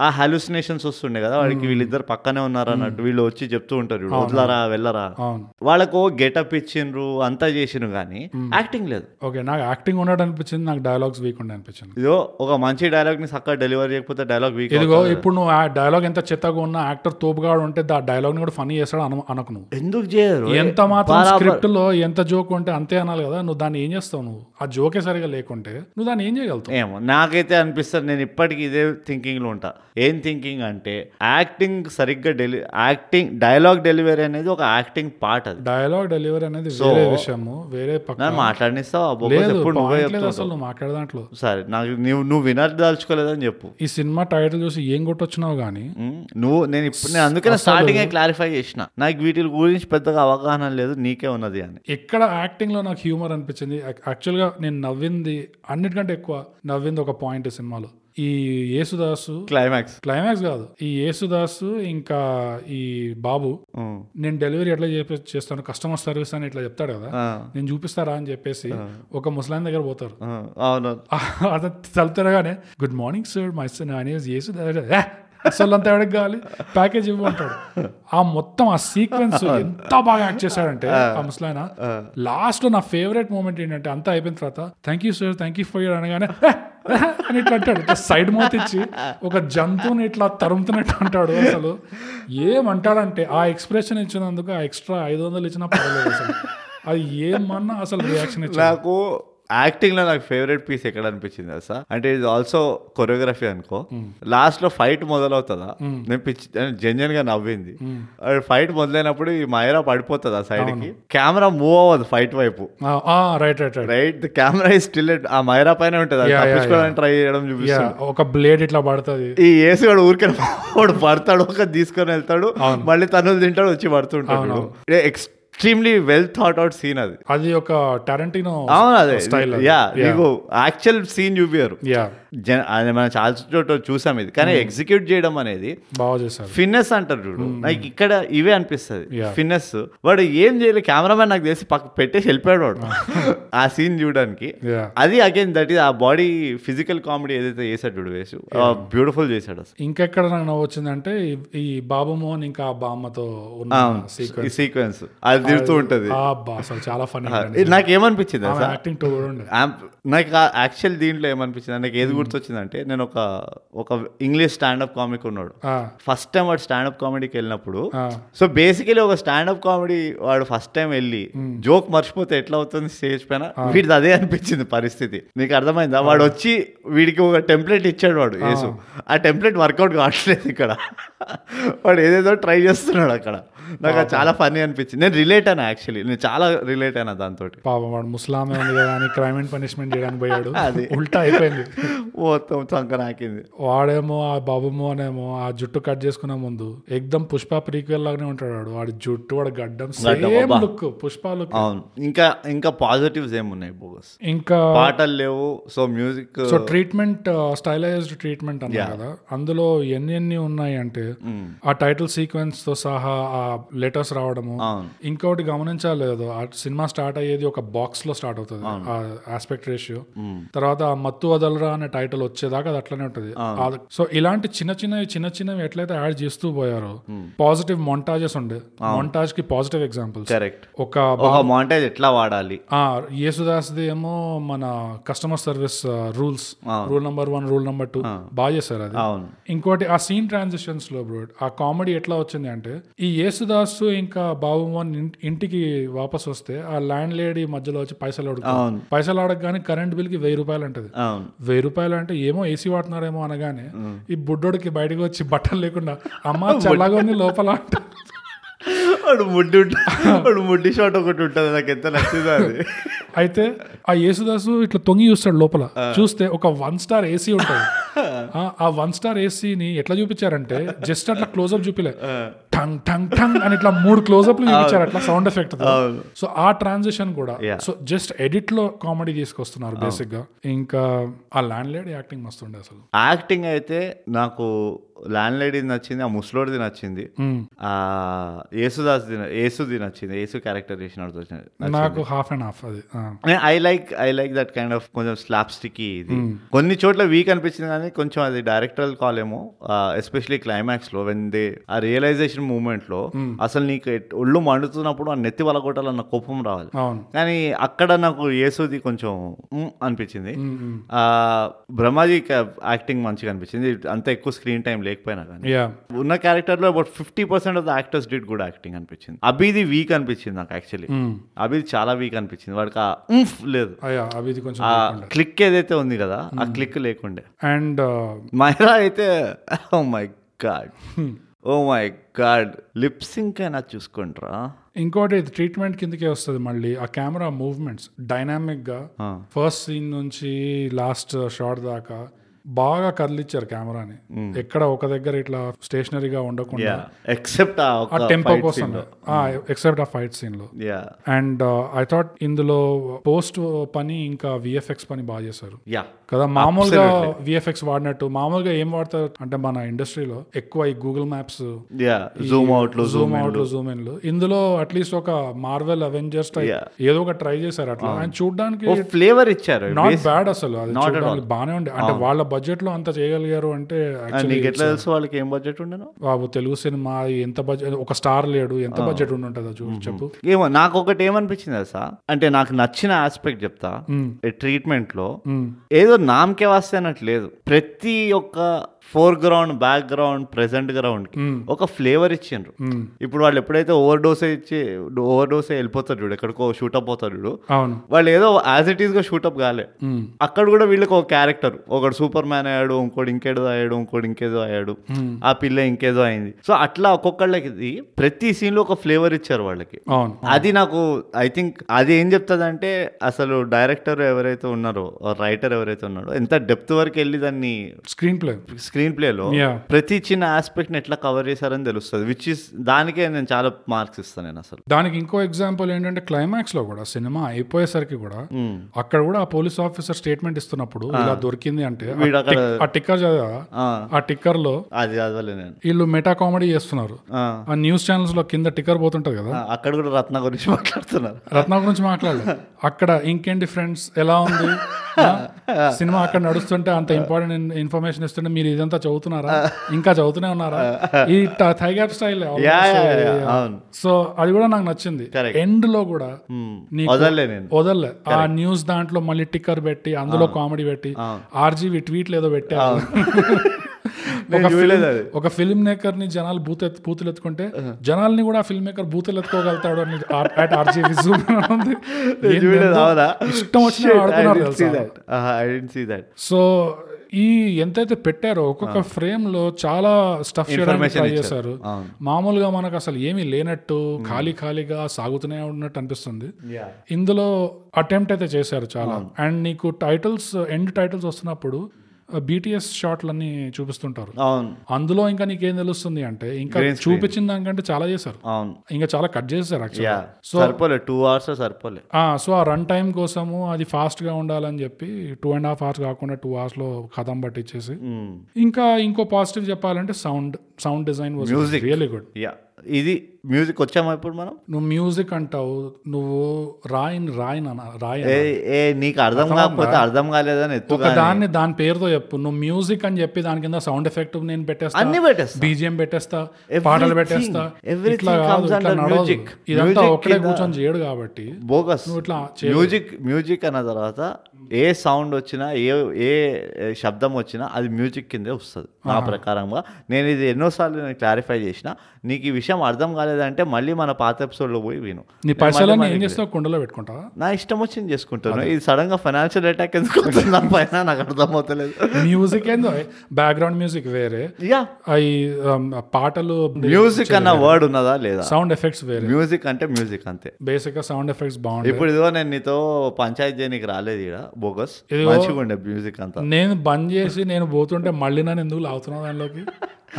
Speaker 2: ఆ హాలుసినేషన్స్ వస్తుండే కదా వాడికి వీళ్ళిద్దరు పక్కనే ఉన్నారు అన్నట్టు వీళ్ళు వచ్చి చెప్తూ ఉంటారు "వీడు వదలరా వెళ్ళరా
Speaker 1: అవును
Speaker 2: వాళ్ళకు గెటప్ ఇచ్చిండ్రు అంతా చేసిండ్రు కానీ యాక్టింగ్ లేదు
Speaker 1: ఓకే నాకు యాక్టింగ్ ఉన్నాడు అనిపించింది నాకు డైలాగ్స్ వీక్ ఉండే అనిపించింది
Speaker 2: ఇదో ఒక మంచి డైలాగ్ ని చక్కగా డెలివరీ చేయకపోతే డైలాగ్ వీక్
Speaker 1: ఇదిగో ఇప్పుడు నువ్వు ఆ డైలాగ్ ఎంత చెత్తగా ఉన్న యాక్టర్ తోపుగాడు ఉంటే ఆ డైలాగ్ ని కూడా ఫనీ చేస్తాడు అను అనకు నువ్వు
Speaker 2: ఎందుకు చేయరు
Speaker 1: ఎంత మాత్రం
Speaker 2: బరాబర్.
Speaker 1: స్క్రిప్ట్ లో ఎంత జోక్ ఉంటే అంతే అనాలి కదా నువ్వు దాన్ని ఏం చేస్తావు నువ్వు ఆ జోకే సరిగా లేకుంటే నువ్వు దాన్ని ఏం చేయగలుగుతావు
Speaker 2: ఏమో నాకైతే అనిపిస్తుంది నేను ఇప్పటికీ ఇదే థింకింగ్ లో ఉంటా ఏం థింకింగ్ అంటే యాక్టింగ్ సరిగ్గా డెలి యాక్టింగ్ డైలాగ్ డెలివరీ అనేది ఒక యాక్టింగ్ పార్ట్ అది
Speaker 1: డైలాగ్ డెలివరీ అనేది వేరే విషయము వేరే పక్క
Speaker 2: నన్ను మాట్లాడినిస్తావు అబ్బో
Speaker 1: లేదు
Speaker 2: ఎప్పుడు నువ్వే
Speaker 1: point లేదు
Speaker 2: చెప్తావు
Speaker 1: అసలు నువ్వు మాట్లాడే దాంట్లో
Speaker 2: సరే నాకు నువ్వు నువ్వు వినర్దాల్చుకోలేదని చెప్పు
Speaker 1: ఈ సినిమా టైటిల్ చూసి ఏం కొట్టొచ్చినావు కానీ
Speaker 2: ఉమ్, నువ్వు నేను ఇప్పుడు నేను అందుకనే స్టార్టింగ్ క్లారిఫై చేసిన నాకు వీటి గురించి పెద్దగా అవగాహన లేదు నీకే ఉన్నది అని
Speaker 1: ఎక్కడ యాక్టింగ్ లో నాకు హ్యూమర్ అనిపించింది యాక్- actual గా నేను నవ్వింది అన్నిటికంటే ఎక్కువ నవ్వింది ఒక పాయింట్ ఈ సినిమాలో ఈ యేసుదాసు
Speaker 2: క్లైమాక్స్
Speaker 1: క్లైమాక్స్ కాదు ఈ యేసుదాసు ఇంకా ఈ బాబు నేను డెలివరీ ఎట్లా చేపి చేస్తాను కస్టమర్ సర్వీస్ అని ఇట్లా చెప్తాడు కదా నేను చూపిస్తారా అని చెప్పేసి ఒక ముసలాయన దగ్గర పోతారు
Speaker 2: అవును
Speaker 1: అతను తలుతారగానే good morning sir my son అనేసి యేసు అసలు అంత ఎవరికి కావాలి ప్యాకేజ్ ఇవ్వమంటాడు ఆ మొత్తం ఆ సీక్వెన్స్ ఎంత బాగా యాక్ట్ చేశాడంటే ఆ ముసలాయన లాస్ట్ లో నా ఫేవరెట్ మూమెంట్ ఏంటంటే అంతా అయిపోయిన తర్వాత thank you sir thank you for your అనగానే అని ఇట్లా అంటాడు ఇట్లా సైడ్ మౌత్ ఇచ్చి ఒక జంతువుని ఇట్లా తరుముతున్నట్టు అంటాడు అసలు ఏమంటాడంటే ఆ ఎక్స్ప్రెషన్ ఇచ్చినందుకు ఆ ఎక్స్ట్రా ఐదు వందలు ఇచ్చినా పర్వాలేదు అసలు అది ఏమన్నా అసలు రియాక్షన్ ఇచ్చాడు
Speaker 2: నాకు యాక్టింగ్ లో నాకు ఫేవరెట్ పీస్ ఎక్కడ అనిపించింది అసలు అంటే ఇది ఆల్సో కొరియోగ్రఫీ అనుకో లాస్ట్ లో ఫైట్ మొదలవుతుందా నేను పిచ్చి జెన్యున్ గా నవ్వింది ఫైట్ మొదలైనప్పుడు ఈ మైరా పడిపోతుంది ఆ సైడ్ కి కెమెరా మూవ్ అవ్వదు ఫైట్ వైపు
Speaker 1: right right right
Speaker 2: right the camera is still ఆ మైరా పైన ఉంటుంది అది
Speaker 1: Yeah, yeah,
Speaker 2: తప్పించుకోవడానికి ట్రై చేయడం
Speaker 1: యా
Speaker 2: చూపిస్తుంది
Speaker 1: ఒక బ్లేడ్ ఇట్లా పడుతుంది
Speaker 2: ఈ ఏసు వాడు ఊరికే వాడు పడతాడు ఒక తీసుకొని వెళ్తాడు మళ్ళీ తను తింటాడు వచ్చి పడుతుంటాడు extremely well thought out scene అది
Speaker 1: అది ఒక టారెంటినో
Speaker 2: అవును అదే
Speaker 1: స్టైల్
Speaker 2: యా నీకు యాక్చువల్ సీన్ చూపించారు
Speaker 1: యా
Speaker 2: జన అది మనం చాలా చోట చూసాం ఇది కానీ
Speaker 1: Hmm.
Speaker 2: ఎగ్జిక్యూట్ చేయడం అనేది
Speaker 1: బాగా చేశారు
Speaker 2: ఫిన్నెస్ అంటారు చూడు నాకు ఇక్కడ ఇవే అనిపిస్తుంది
Speaker 1: Hmm. Yeah.
Speaker 2: ఫిన్నెస్ వాడు ఏం చేయలేదు కెమెరామెన్ నాకు తెలిసి పక్క పెట్టేసి వెళ్ళిపోయాడు వాడు ఆ సీన్ చూడడానికి
Speaker 1: Yeah.
Speaker 2: అది అగైన్ దట్ ఈస్ ఆ బాడీ ఫిజికల్ కామెడీ ఏదైతే చేశాడు చూడు వేసు బ్యూటిఫుల్ చేశాడు అసలు
Speaker 1: ఇంకెక్కడ నాకు నవ్వు వచ్చిందంటే ఈ- ఈ బాబు మోహన్ ఇంకా ఆ బామ్మతో ఉన్న
Speaker 2: ఈ
Speaker 1: సీక్వెన్స్
Speaker 2: సీక్వెన్స్ అది తిరుగుతూ ఉంటది
Speaker 1: అబ్బా అసలు చాలా ఫన్
Speaker 2: నాకు ఏమనిపించింది అసలు
Speaker 1: యాక్టింగ్ టూ కూడా ఉండదు
Speaker 2: ఆంప్- నాకు యాక్చువల్ దీంట్లో ఏమనిపించింది నాకు ఏది గుర్తొచ్చిందంటే నేను ఒక ఒక ఇంగ్లీష్ స్టాండప్ కామిక్ ఉన్నాడు
Speaker 1: ఆ,
Speaker 2: ఫస్ట్ టైం వాడు స్టాండప్ కామెడీకి వెళ్ళినప్పుడు
Speaker 1: ఆ,
Speaker 2: సో బేసికలీ ఒక స్టాండప్ కామెడీ వాడు ఫస్ట్ టైం వెళ్ళి జోక్ మర్చిపోతే ఎట్లా అవుతుంది స్టేజ్ పైన వీడిది అదే అనిపించింది పరిస్థితి నీకు అర్థమైందా వాడు వచ్చి వీడికి ఒక టెంప్లెట్ ఇచ్చాడు వాడు యేసు ఆ టెంప్లెట్ వర్కౌట్ కావట్లేదు ఇక్కడ వాడు ఏదేదో ట్రై చేస్తున్నాడు అక్కడ నాకు అది చాలా ఫనీ అనిపించింది నేను రిలేట్ అయినా యాక్చువల్లీ నేను చాలా రిలేట్ అయినా దాంతో
Speaker 1: పాపం వాడు ముస్లామే ఉంది కదా అని క్రైమ్ అండ్ పనిష్మెంట్ చేయడానికి పోయాడు
Speaker 2: అది.
Speaker 1: ఉల్టా అయిపోయింది
Speaker 2: మొత్తం చంక నాకింది
Speaker 1: వాడేమో ఆ బాబు మోహన్ ఏమో ఆ జుట్టు కట్ చేసుకునే ముందు ఎగ్దమ్ పుష్ప ప్రీక్వెల్ లాగానే ఉంటాడు వాడు వాడి జుట్టు వాడు గడ్డం
Speaker 2: గడ్డం,
Speaker 1: సేమ్
Speaker 2: అబ్బా.
Speaker 1: లుక్ పుష్ప లుక్
Speaker 2: అవును ఇంకా ఇంకా పాజిటివ్స్ ఏమున్నాయి బోగస్
Speaker 1: ఇంకా
Speaker 2: పాటలు లేవు so music
Speaker 1: so treatment stylised treatment అన్నారు కదా అందులో ఎన్ని ఎన్ని ఉన్నాయి అంటే ఆ టైటిల్ సీక్వెన్స్ తో సహా ఆ లెటర్స్ రావడము
Speaker 2: అవును.
Speaker 1: ఇంకొకటి గమనించాలేదు ఆ సినిమా స్టార్ట్ అయ్యేది ఒక బాక్స్ లో స్టార్ట్ అవుతుంది ఆ ఆస్పెక్ట్ రేషియో తర్వాత ఆ మత్తు వదలరా అనే టైటిల్ వచ్చేదాకా అది అట్లనే ఉంటుంది సో ఇలాంటి చిన్న చిన్నవి చిన్న చిన్నవి ఎట్లయితే యాడ్ చేస్తూ పోయారో పాజిటివ్ మొంటాజెస్ ఉండే మొంటాజ్ కి పాజిటివ్ ఎగ్జాంపుల్స్
Speaker 2: కరెక్ట్
Speaker 1: ఒక
Speaker 2: ఒక మాంటేజ్ ఎట్లా వాడాలి
Speaker 1: ఆ, యేసుదాస్ది ఏమో మన కస్టమర్ సర్వీస్ రూల్స్
Speaker 2: ఆ.
Speaker 1: Rule number one rule number two బాగా చేశారు అది
Speaker 2: అవును
Speaker 1: ఇంకోటి ఆ సీన్ ట్రాన్సిషన్స్ లో బ్రో ఆ కామెడీ ఎట్లా వచ్చింది అంటే ఈ యేసుదాసు ఇంకా బాబుమోహన్ ఇన్- ఇంటికి వాపస్ వస్తే ఆ ల్యాండ్ లేడీ మధ్యలో వచ్చి పైసలు అడుగుతాం
Speaker 2: అవును.
Speaker 1: పైసలు అడగగానే కరెంట్ బిల్ కి వెయ్యి రూపాయలు అంటది
Speaker 2: అవును
Speaker 1: వెయ్యి రూపాయలు అంటే ఏమో ఏసీ వాడుతున్నారేమో అనగానే ఈ బుడ్డోడికి బయటకు వచ్చి బట్టలు లేకుండా అమ్మ చల్లగా ఉంది లోపల అంట
Speaker 2: వాడు ముడ్డి ఉంట- వాడు ముడ్డి షాట్ ఒకటి ఉంటుంది నాకు ఎంత నచ్చింది అది
Speaker 1: అయితే ఆ యేసుదాసు ఇట్లా తొంగి చూస్తాడు లోపల చూస్తే ఒక వన్ స్టార్ ఏసీ ఉంటుంది ఆ- ఆ వన్ స్టార్ ఏసీని ఎట్లా చూపించారంటే జస్ట్ అట్లా క్లోజప్ చూపిలే టంగ్ టంగ్ టంగ్ అని ఇట్లా మూడు క్లోజప్లు చూపించారు అట్లా సౌండ్ ఎఫెక్ట్
Speaker 2: అవును.
Speaker 1: సో ఆ ట్రాన్సిషన్ కూడా
Speaker 2: Yeah.
Speaker 1: సో జస్ట్ ఎడిట్ లో కామెడీ తీసుకొస్తున్నారు బేసిక్ గా ఇంకా ఆ ల్యాండ్ లేడ్ యాక్టింగ్ మస్తుండే అసలు
Speaker 2: యాక్టింగ్ అయితే నాకు ల్యాండ్ లేడీది నచ్చింది ఆ ముసలోడిది నచ్చింది
Speaker 1: మ్మ్.
Speaker 2: ఆ యేసుదాస్ ది యేసుది నచ్చింది యేసు క్యారెక్టర్ చేసిన వచ్చింది
Speaker 1: నాకు హాఫ్ అండ్ హాఫ్ అది ఆ.
Speaker 2: I like I like that kind of కొంచెం స్లాప్ స్టిక్కి ఇది కొన్ని చోట్ల వీక్ అనిపించింది కానీ కొంచెం అది డైరెక్టరల్ కాల్ ఏమో ఎస్పెషలీ క్లైమాక్స్ లో వెన్ దే ఆ రియలైజేషన్ మూమెంట్ లో అసలు నీకు ఎట్- ఒళ్ళు మండుతున్నప్పుడు ఆ నెత్తి వలగొట్టాలన్న కోపం రావాలి
Speaker 1: అవును
Speaker 2: కానీ అక్కడ నాకు యేసుది కొంచెం "ఉమ్" అనిపించింది
Speaker 1: ఉమ్, ఉమ్.
Speaker 2: ఆ, బ్రహ్మాజీ యాక్టింగ్ మంచిగా అనిపించింది అంత ఎక్కువ స్క్రీన్ టైం లేకపోయినా కానీ
Speaker 1: యా
Speaker 2: ఉన్న క్యారెక్టర్ లో about fifty percent of the actors did good acting అనిపించింది అభిది వీక్ అనిపించింది నాకు యాక్చువల్లీ అభిది చాలా వీక్ అనిపించింది వాడికి ఆ "ఉంఫ్" లేదు
Speaker 1: అయ్యా అవి ఇది కొంచెం
Speaker 2: ఆ క్లిక్ ఏదైతే ఉంది కదా ఆ క్లిక్ లేకుండే
Speaker 1: అండ్
Speaker 2: మైరా అయితే oh my god oh my god lip sync అయినా చూసుకుంటారా
Speaker 1: ఇంకోటి ట్రీట్మెంట్ కిందకే వస్తుంది మళ్ళీ ఆ కెమెరా మూవ్మెంట్స్ డైనామిక్ గా ఫస్ట్ సీన్ నుంచి లాస్ట్ షాట్ దాకా బాగా కదిలిచ్చారు కెమెరాని ఎక్కడ ఒక దగ్గర ఇట్లా స్టేషనరీగా ఉండకుండా
Speaker 2: ఎక్సెప్ట్ ఆ
Speaker 1: ఆ
Speaker 2: ఒక
Speaker 1: టెంపో కోసం ఎక్సెప్ట్ ఆ ఫైట్ సీన్ లో
Speaker 2: yeah
Speaker 1: and I thought uh, ఇందులో పోస్ట్ పని ఇంకా విఎఫ్ఎక్స్ పని బాగా చేశారు
Speaker 2: యా
Speaker 1: కదా మామూలుగా విఎఫ్ఎక్స్ వాడినట్టు మామూలుగా ఏం వాడతారు అంటే మన ఇండస్ట్రీలో ఎక్కువ ఈ గూగుల్ మ్యాప్స్
Speaker 2: యా జూమ్ అవుట్లు
Speaker 1: zoom
Speaker 2: zoom
Speaker 1: out zoom in ఇందులో అట్లీస్ట్ ఒక మార్వెల్ అవెంజర్స్
Speaker 2: Yeah.
Speaker 1: టైప్ ఏదో ఒక ట్రై చేశారు అట్లా అండ్ చూడడానికి
Speaker 2: ఓ ఫ్లేవర్ ఇచ్చారు
Speaker 1: నాట్ బ్యాడ్ అసలు అది
Speaker 2: Not at
Speaker 1: చూడడానికి బానే ఉంది అంటే వాళ్ళ బడ్జెట్ లో అంత చేయగలిగారు అంటే
Speaker 2: And
Speaker 1: actually
Speaker 2: నీకు ఎట్లా తెలుసు వాళ్ళకి ఏం బడ్జెట్ ఉండను
Speaker 1: బాబు తెలుగు సినిమా ఎంత బడ్జెట్ ఒక స్టార్ లేడు ఎంత బడ్జెట్ ఉండి ఉంటుందో చూడు
Speaker 2: Mm-hmm.
Speaker 1: చెప్పు
Speaker 2: ఏమో నాకు ఒకటి ఏమనిపించింది తెలుసా అంటే నాకు నచ్చిన ఆస్పెక్ట్ చెప్తా ట్రీట్మెంట్ లో ఏదో నామకే వాస్తే అన్నట్టు లేదు ప్రతి ఒక్క foreground background present ground కి ఒక ఫ్లేవర్ ఇచ్చిండ్రు
Speaker 1: మ్మ్.
Speaker 2: ఇప్పుడు వాళ్ళు ఎప్పుడైతే ఓవర్ డోస్ ఇచ్చి ఓవర్ డోస్ వెళ్ళిపోతారు చూడు ఎక్కడికో షూటప్ అవుతారు చూడు
Speaker 1: అవును
Speaker 2: వాళ్ళు ఏదో యాజ్ ఇట్ ఈస్ గా షూటప్ కాలే
Speaker 1: Hmm.
Speaker 2: అక్కడ కూడా వీళ్ళకి ఒక క్యారెక్టర్ ఒకడు సూపర్ మ్యాన్ అయ్యాడు ఇంకోటి ఇంకేదో అయ్యాడు ఇంకోటి ఇంకేదో అయ్యాడు
Speaker 1: Hmm.
Speaker 2: ఆ పిల్ల ఇంకేదో అయింది సో అట్లా ఒక్కొక్కళ్ళకి ఇది ప్రతి సీన్ లో ఒక ఫ్లేవర్ ఇచ్చారు వాళ్ళకి
Speaker 1: అవును
Speaker 2: అది నాకు ఐ థింక్ అది ఏం చెప్తుందంటే అసలు డైరెక్టర్ ఎవరైతే ఉన్నారో రైటర్ ఎవరైతే ఉన్నారో ఎంత డెప్త్ వరకు వెళ్ళి దాన్ని
Speaker 1: స్క్రీన్ ప్లే
Speaker 2: స్క్రీన్ ప్లేలో
Speaker 1: Yeah.
Speaker 2: ప్రతి చిన్న ఆస్పెక్ట్ని ఎట్లా కవర్ చేశారని తెలుస్తుంది విచ్ ఇస్ దానికే నేను చాలా మార్క్స్ ఇస్తాను నేను అసలు
Speaker 1: దానికి ఇంకో ఎగ్జాంపుల్ ఏంటంటే క్లైమాక్స్ లో కూడా సినిమా అయిపోయేసరికి కూడా
Speaker 2: Hmm. Mm.
Speaker 1: అక్కడ కూడా ఆ పోలీస్ ఆఫీసర్ స్టేట్మెంట్ ఇస్తున్నప్పుడు ఇలా దొరికింది అంటే ఆ
Speaker 2: వీడు అక్కడ-
Speaker 1: టిక్- ఆ టిక్కర్ చదివా
Speaker 2: ఆ,
Speaker 1: ఆ టిక్కర్ లో
Speaker 2: అది చదవలే నేను
Speaker 1: వీళ్ళు మెటా కామెడీ చేస్తున్నారు
Speaker 2: ఆ,
Speaker 1: ఆ న్యూస్ ఛానల్స్ లో కింద టిక్కర్ పోతుంటది కదా
Speaker 2: ఆ, అక్కడ కూడా రత్న గురించి మాట్లాడుతున్నారు
Speaker 1: రత్న గురించి మాట్లాడలేదు అక్కడ ఇంకేంటి ఫ్రెండ్స్ ఎలా ఉంది ఆ? సినిమా అక్కడ నడుస్తుంటే అంత ఇంపార్టెంట్ ఇన్ఫర్మేషన్ ఇస్తుంటే మీరు ఇదంతా చదువుతున్నారా ఇంకా చదువుతూనే ఉన్నారా ఈ thigh gap style
Speaker 2: yeah yeah yeah, అవును
Speaker 1: సో అది కూడా నాకు నచ్చింది
Speaker 2: Correct.
Speaker 1: ఎండ్ లో కూడా
Speaker 2: మ్మ్.
Speaker 1: నీకు-
Speaker 2: వదలలే నేను
Speaker 1: వదలలే ఆ న్యూస్ దాంట్లో మళ్ళీ టిక్కర్ పెట్టి అందులో కామెడీ పెట్టి ఆర్జీవి ట్వీట్లు ఏదో పెట్టారు
Speaker 2: నేను చూడలేదు అది
Speaker 1: ఒక ఫిల్మ్ మేకర్ ని జనాలు బూత బూతులు ఎత్తుకుంటే జనాల్ని కూడా ఫిల్మ్ మేకర్ బూతులు ఎత్తుకోగలుగుతాడు అని ఆర్జీవి ఉంది
Speaker 2: నేను చూడలేదు
Speaker 1: ఏందేందో
Speaker 2: అవునా
Speaker 1: ఇష్టం వచ్చిన ఆడుతున్నారు తెలుసా
Speaker 2: I dent see that
Speaker 1: so ఈ ఎంతైతే పెట్టారో ఒక్కొక్క ఫ్రేమ్ లో చాలా స్టఫ్ చేయడానికి ట్రై చేశారు మామూలుగా మనకు అసలు ఏమీ లేనట్టు ఖాళీ ఖాళీగా సాగుతూనే ఉన్నట్టు అనిపిస్తుంది
Speaker 2: యా
Speaker 1: ఇందులో అటెంప్ట్ అయితే చేశారు చాలా అండ్ నీకు టైటిల్స్ ఎండ్ టైటిల్స్ వస్తున్నప్పుడు బీటీఎస్ షాట్లన్నీ చూపిస్తుంటారు
Speaker 2: అవును
Speaker 1: అందులో ఇంకా నీకేం తెలుస్తుంది అంటే ఇంకా
Speaker 2: Green screen.
Speaker 1: చూపించిన దానికంటే చాలా చేశారు
Speaker 2: అవును
Speaker 1: ఇంకా చాలా కట్ చేశారు యాక్చువల్
Speaker 2: యా సరిపోలే టూ అవర్స్ సరిపోలే
Speaker 1: సో ఆ రన్ టైం కోసము అది fast గా ఉండాలని చెప్పి టూ అండ్ హాఫ్ అవర్స్ కాకుండా టూ లో కథం పట్టించేసి
Speaker 2: మ్మ్.
Speaker 1: ఇంకా ఇంకో పాజిటివ్ చెప్పాలంటే sound sound design was
Speaker 2: Music.
Speaker 1: Really good
Speaker 2: yeah ఇది మ్యూజిక్ వచ్చామా ఇప్పుడు మనం
Speaker 1: నువ్వు మ్యూజిక్ అంటావు నువ్వు రాయిన్ రాయిన్ అన రాయిన్
Speaker 2: ఏ ఏ నీకు అర్థం కాకపోతే అర్థం కాలేదని
Speaker 1: ఒక
Speaker 2: ఎత్తుగా
Speaker 1: దాన్ని దాని పేరుతో చెప్పు నువ్వు మ్యూజిక్ అని చెప్పి దాని కింద సౌండ్ ఎఫెక్ట్ నేను పెట్టేస్తా
Speaker 2: అన్ని పెట్టేస్తా
Speaker 1: బీజిఎం పెట్టేస్తా
Speaker 2: Everything-
Speaker 1: పాటలు పెట్టేస్తా
Speaker 2: everything
Speaker 1: ఇట్లా కాదు
Speaker 2: comes
Speaker 1: ఇట్లా
Speaker 2: under
Speaker 1: నడవదు
Speaker 2: music.
Speaker 1: ఇదంతా
Speaker 2: Music
Speaker 1: ఒకటే
Speaker 2: కింద-
Speaker 1: కూర్చొని చేయడు కాబట్టి
Speaker 2: బోగస్
Speaker 1: నువ్వు ఇట్లా
Speaker 2: మ్యూజిక్ మ్యూజిక్ అన్న తర్వాత ఏ సౌండ్ వచ్చినా ఏ ఏ శబ్దం వచ్చినా అది మ్యూజిక్ కిందే వస్తుంది నా ప్రకారంగా నేను ఇది ఎన్నోసార్లు నేను క్లారిఫై చేసిన నీకు ఈ విషయం అర్థం కాలేదంటే మళ్ళీ మన పాత ఎపిసోడ్లో పోయి విను
Speaker 1: నీ పైసలన్నీ ఏం చేస్తావు కుండలో పెట్టుకుంటా
Speaker 2: నా ఇష్టం వచ్చింది చేసుకుంటాను ఇది సడన్ గా ఫైనాన్షియల్ అటాక్ ఎందుకు అవుతుంది నా పైన నాకు అర్థమవుతలేదు
Speaker 1: మ్యూజిక్ ఏందో బ్యాక్గ్రౌండ్ మ్యూజిక్ వేరే
Speaker 2: యా
Speaker 1: అవి పాటలు
Speaker 2: మ్యూజిక్ అన్న వర్డ్ ఉన్నదా లేదా
Speaker 1: సౌండ్ ఎఫెక్ట్స్ వేరే
Speaker 2: మ్యూజిక్ అంటే మ్యూజిక్ అంతే
Speaker 1: బేసిక్ గా సౌండ్ ఎఫెక్ట్స్ బాగుంటాయి
Speaker 2: ఇప్పుడు ఇదిగో నేను నీతో పంచాయత్ చేయడానికి రాలేదు ఇక్కడ బోగస్
Speaker 1: ఇదిగో.
Speaker 2: మంచిగా ఉండే మ్యూజిక్ అంతా
Speaker 1: నేను బంద్ చేసి నేను పోతుంటే మళ్ళీ నన్ను ఎందుకు లాగుతున్నావు దానిలోకి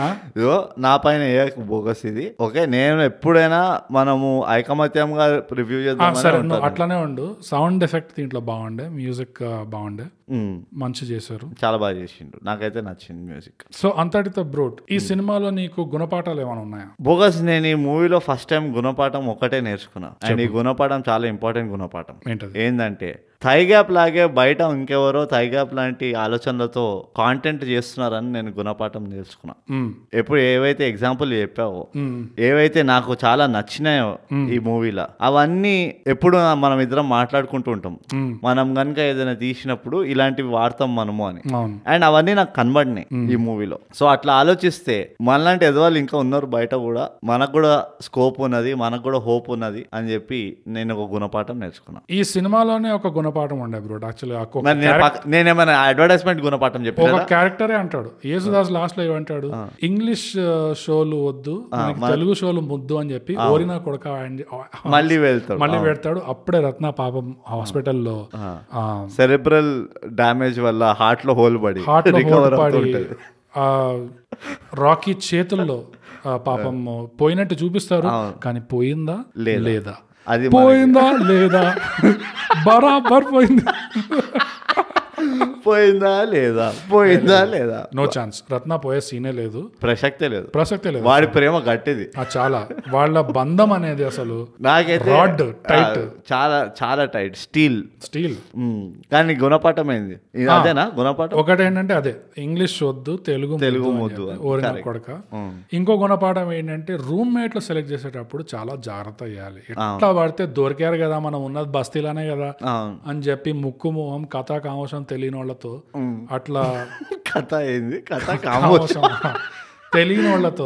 Speaker 1: ఆ?
Speaker 2: ఇదిగో నా పైన ఏ బోగస్ ఇది ఓకే నేను ఎప్పుడైనా మనము ఐకమత్యంగా రివ్యూ
Speaker 1: ఆ,
Speaker 2: చేద్దాం
Speaker 1: సరే నువ్వు అట్లానే ఉండు సౌండ్ ఎఫెక్ట్ దీంట్లో బాగుండే మ్యూజిక్ ఆ, బాగుండే మంచి చేశారు
Speaker 2: చాలా బాగా చేసిండు నాకైతే నచ్చింది మ్యూజిక్
Speaker 1: సో అంతటితో బ్రూట్ ఈ సినిమాలో నీకు గుణపాఠాలు ఏమైనా ఉన్నాయా
Speaker 2: బోగస్ నేను ఈ మూవీలో ఫస్ట్ టైం గుణపాఠం ఒకటే నేర్చుకున్నా అండ్ ఈ గుణపాఠం చాలా ఇంపార్టెంట్ గుణపాఠం
Speaker 1: ఏంటది
Speaker 2: ఏంటంటే థై గ్యాప్ లాగే బయట ఇంకెవరో థై గ్యాప్ లాంటి ఆలోచనలతో కాంటెంట్ చేస్తున్నారని నేను గుణపాఠం నేర్చుకున్నా
Speaker 1: మ్,
Speaker 2: ఎప్పుడు ఏవైతే ఎగ్జాంపుల్ చెప్పావో
Speaker 1: మ్,
Speaker 2: ఏవైతే నాకు చాలా నచ్చినాయో ఈ మూవీలో అవన్నీ ఎప్పుడు మనం ఇద్దరం మాట్లాడుకుంటూ ఉంటాం
Speaker 1: మ్.
Speaker 2: మనం కనుక ఏదైనా తీసినప్పుడు ఇలాంటివి వాడతాం మనము అని
Speaker 1: అవును
Speaker 2: అండ్ అవన్నీ నాకు కనబడినాయి ఈ మూవీలో సో అట్లా ఆలోచిస్తే మనలాంటి ఎదవాళ్ళు ఇంకా ఉన్నారు బయట కూడా మనకు కూడా స్కోప్ ఉన్నది మనకు కూడా హోప్ ఉన్నది అని చెప్పి నేను ఒక గుణపాఠం నేర్చుకున్నా
Speaker 1: ఈ సినిమాలోనే ఒక గుణపాఠం ఉండే బ్రూట్ యాక్చువల్లీ
Speaker 2: మరి నేను పక్క- నేనేమైనా అడ్వర్టైజ్మెంట్ గుణపాఠం
Speaker 1: ఒక
Speaker 2: చెప్పాను
Speaker 1: క్యారెక్టరే అంటాడు యేసుదాస్ లాస్ట్ లో ఏమంటాడు ఇంగ్లీష్ ఆ, షోలు వద్దు మనకి తెలుగు షోలు ముద్దు అని చెప్పి ఓరినా కొడక అని-
Speaker 2: మళ్ళీ వెళ్తాడు
Speaker 1: మళ్ళీ పెడతాడు అప్పుడే రత్న పాపం హాస్పిటల్లో
Speaker 2: సెరెబ్రల్ డామేజ్ వల్ల హార్ట్ లో హోల్ పడి
Speaker 1: హార్ట్ లో
Speaker 2: రికవర్
Speaker 1: హోల్
Speaker 2: అవుతూ
Speaker 1: పడి,
Speaker 2: ఉంటుంది
Speaker 1: ఆ రాకీ చేతుల్లో ఆ, పాపం పోయినట్టు చూపిస్తారు కానీ పోయిందా లేదా
Speaker 2: అది
Speaker 1: పోయిందా లేదా బరాబర్ పోయింది
Speaker 2: మనకి పోయిందా లేదా పోయిందా లేదా
Speaker 1: నో ఛాన్స్ రత్న పోయే సీనే లేదు
Speaker 2: ప్రసక్తే లేదు
Speaker 1: ప్రసక్తే లేదు
Speaker 2: వాడి ప్రేమ గట్టిది
Speaker 1: ఆ, చాలా వాళ్ళ బంధం అనేది అసలు
Speaker 2: నాకైతే
Speaker 1: రాడ్ టైట్
Speaker 2: ఆ, చాలా చాలా టైట్ స్టీల్
Speaker 1: స్టీల్
Speaker 2: కానీ గుణపాఠం ఏంది ఇది అదేనా గుణపాఠం
Speaker 1: ఒకటి ఏంటంటే అదే ఇంగ్లీష్ వద్దు తెలుగు
Speaker 2: తెలుగు
Speaker 1: వద్దు
Speaker 2: ముద్దు
Speaker 1: ఓరిన కొడక ఇంకో గుణపాఠం ఏంటంటే రూమ్మేట్లు సెలెక్ట్ చేసేటప్పుడు చాలా జాగ్రత్త అయ్యాలి ఎట్లా పడితే దొరికారు కదా మనం ఉన్నది బస్తీలోనే కదా
Speaker 2: అవును
Speaker 1: అని చెప్పి ముక్కు మొహం కథా కామోషం తెలియని వాళ్ళతో అట్లా
Speaker 2: కథ ఏంది కథ కామోసం
Speaker 1: కామోషం తెలియని వాళ్ళతో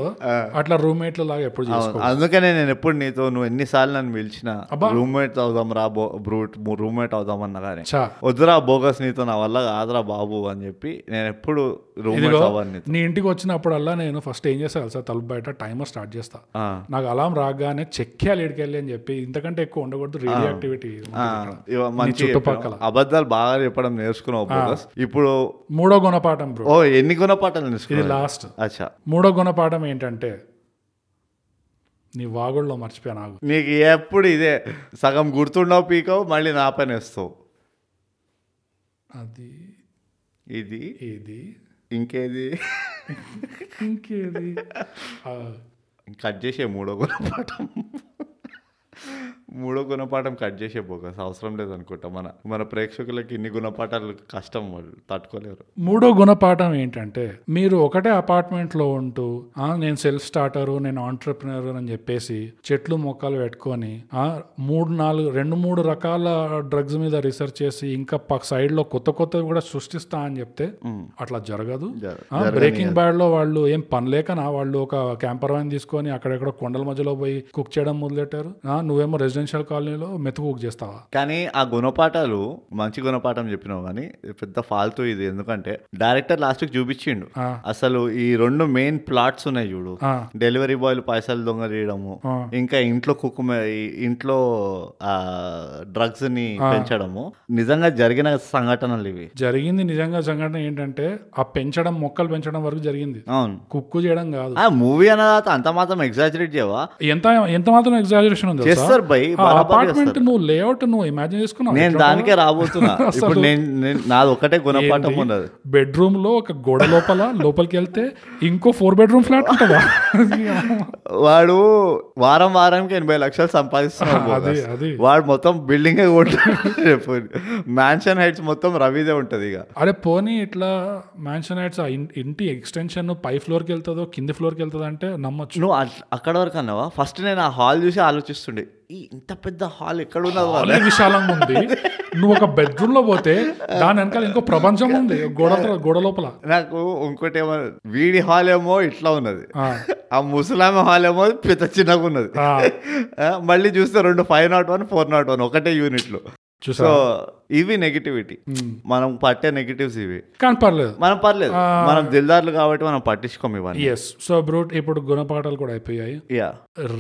Speaker 1: అట్లా రూమ్మేట్ల లాగా ఎప్పుడు చేసుకో
Speaker 2: అందుకనే నేను ఎప్పుడు నీతో నువ్వు ఎన్నిసార్లు నన్ను పిలిచినా రూమ్మేట్ అవుదాం రా బో బ్రూట్ రూమ్మేట్ అవుదాం అన్న కానీ
Speaker 1: చా
Speaker 2: వద్దురా బోగస్ నీతో నా వల్ల కాదురా బాబు అని చెప్పి నేను ఎప్పుడు రూమ్మేట్
Speaker 1: ఇదిగో
Speaker 2: అవ్వను నీతో
Speaker 1: నీ ఇంటికి వచ్చినప్పుడల్లా నేను ఫస్ట్ ఏం చేస్తా తెలుసా తలుపు బయట టైమర్ స్టార్ట్ చేస్తా
Speaker 2: ఆ,
Speaker 1: నాకు అలాం రాగానే చెక్కేయాలి ఇడికెళ్ళి అని చెప్పి ఇంతకంటే ఎక్కువ ఉండకూడదు రేడియో యాక్టివిటీ
Speaker 2: ఆ, ఇవ- మంచి
Speaker 1: చుట్టుపక్కల.
Speaker 2: చెప్పావు. అబద్ధాలు బాగా చెప్పడం నేర్చుకున్నావు బోగస్ ఇప్పుడు
Speaker 1: మూడో గుణపాఠం బ్రో
Speaker 2: ఓ ఎన్ని గుణపాఠాలు
Speaker 1: ఇది
Speaker 2: నేర్చుకున్నావు
Speaker 1: లాస్ట్
Speaker 2: అచ్చా
Speaker 1: మూడో గుణపాఠం ఏంటంటే నీ వాగుళ్ళో మర్చిపోయా నాకు
Speaker 2: నీకు ఎప్పుడు ఇదే సగం గుర్తుండవు పీకవు మళ్ళీ నా పని వేస్తావు
Speaker 1: అది
Speaker 2: ఇది
Speaker 1: ఇది
Speaker 2: ఇంకేది
Speaker 1: ఇంకేది ఆ,
Speaker 2: కట్ చేసే మూడో గుణపాఠం మూడో గుణపాఠం కట్ చేసే బోగస్ అవసరం లేదు అనుకుంటా మన మన ప్రేక్షకులకి ఇన్ని గుణపాఠాలు కష్టం వాళ్ళు తట్టుకోలేరు
Speaker 1: మూడో గుణపాఠం ఏంటంటే మీరు ఒకటే apartment లో ఉంటూ ఆ, నేను సెల్ఫ్ స్టార్టరు నేను ఆంటర్ప్రినర్ అని చెప్పేసి చెట్లు మొక్కలు పెట్టుకొని ఆ, మూడు నాలుగు రెండు మూడు రకాల డ్రగ్స్ మీద రీసెర్చ్ చేసి ఇంకా సైడ్ లో కొత్త కొత్తవి కూడా సృష్టిస్తా అని చెప్తే అట్లా జరగదు
Speaker 2: జర-
Speaker 1: బ్రేకింగ్ బ్యాడ్ లో వాళ్ళు ఏం పని లేకనా వాళ్ళు ఒక క్యాంపర్ వైన్ తీసుకొని అక్కడెక్కడ కొండల మధ్యలో పోయి కుక్ చేయడం మొదలెట్టారు ఆ, నువ్వేమో రెసిడెన్షియల్ కాలనీలో మెతుకు కుక్ చేస్తావా
Speaker 2: కానీ ఆ గుణపాఠాలు మంచి గుణపాఠం చెప్పినావు కానీ ఇది పెద్ద ఫాల్తూ ఇది ఎందుకంటే డైరెక్టర్ లాస్ట్కి చూపించిండు
Speaker 1: ఆ.
Speaker 2: అసలు ఈ రెండు మెయిన్ ప్లాట్స్ ఉన్నాయి చూడు
Speaker 1: ఆ.
Speaker 2: డెలివరీ బాయ్లు పైసలు దొంగలీయడము
Speaker 1: ఆ.
Speaker 2: ఇంకా ఇంట్లో కుక్కు మే- ఈ ఇంట్లో డ్రగ్స్ ని పెంచడము నిజంగా జరిగిన సంఘటనలు ఇవి
Speaker 1: జరిగింది నిజంగా సంఘటన ఏంటంటే ఆ పెంచడం మొక్కలు పెంచడం వరకు జరిగింది
Speaker 2: అవును
Speaker 1: కుక్కు చేయడం కాదు
Speaker 2: ఆ మూవీ అన్న తర్వాత అంత మాత్రం ఎగ్జాజరేట్ చేయవా
Speaker 1: ఎంత ఎంత మాత్రం ఎగ్జాజరేషన్ ఉంది
Speaker 2: చేస్తారు బై బరాబర్
Speaker 1: అపార్ట్మెంట్ నువ్వు లేఅవుట్ నువ్వు ఇమాజిన్ చేసుకున్నావు
Speaker 2: నేను దానికే రాబోతున్నా ఇప్పుడు నేను నేను- నాది ఒకటే గుణపాఠం ఉన్నది
Speaker 1: బెడ్రూమ్ లో ఒక గోడ లోపల లోపలికి వెళ్తే ఇంకో ఫోర్ బెడ్రూమ్ ఫ్లాట్ ఉంటుందా
Speaker 2: వాడు వారం వారానికి ఎనభై లక్షలు సంపాదిస్తున్నాడు
Speaker 1: అది
Speaker 2: బోగస్.
Speaker 1: అది
Speaker 2: వాడు మొత్తం బిల్డింగ్ రేపు మ్యాన్షన్ హైట్స్ మొత్తం రవిదే ఉంటది ఇక
Speaker 1: అరే పోనీ ఇట్లా మ్యాన్షన్ హైట్స్ ఇంటి ఎక్స్టెన్షన్ పై ఫ్లోర్ కి వెళ్తుందో కింది ఫ్లోర్ కి వెళ్తుందో అంటే నమ్మొచ్చు
Speaker 2: నువ్వు అట్- అక్కడ వరకు అన్నావా ఫస్ట్ నేను ఆ హాల్ చూసి ఆలోచిస్తుండే ఈ ఇంత పెద్ద హాల్ ఎక్కడ ఉన్నది
Speaker 1: చాలా విశాలంగా ఉంది నువ్వు ఒక బెడ్రూమ్ లో పోతే దాని వెనకాల ఇంకో ప్రపంచం ఉంది గోడ గోడ లోపల
Speaker 2: నాకు ఇంకోటి ఏమో వీడి హాల్ ఏమో ఇట్లా ఉన్నది
Speaker 1: ఆ,
Speaker 2: ఆ ముసలామె హాల్ ఏమో పెద్ద చిన్నగా ఉన్నది
Speaker 1: ఆ,
Speaker 2: ఆ, మళ్ళీ చూస్తే రెండు five not one four not one ఒకటే యూనిట్లు సో
Speaker 1: చూసా
Speaker 2: ఇవి నెగిటివిటీ
Speaker 1: ఉమ్.
Speaker 2: మనం పట్టే నెగిటివ్స్ ఇవి
Speaker 1: కానీ పర్లేదు
Speaker 2: మనం పర్లేదు మనం దిల్దార్లు కాబట్టి మనం పట్టించుకోము ఇవన్నీ
Speaker 1: ఎస్ సో బ్రూట్ ఇప్పుడు గుణపాఠాలు కూడా అయిపోయాయి
Speaker 2: యా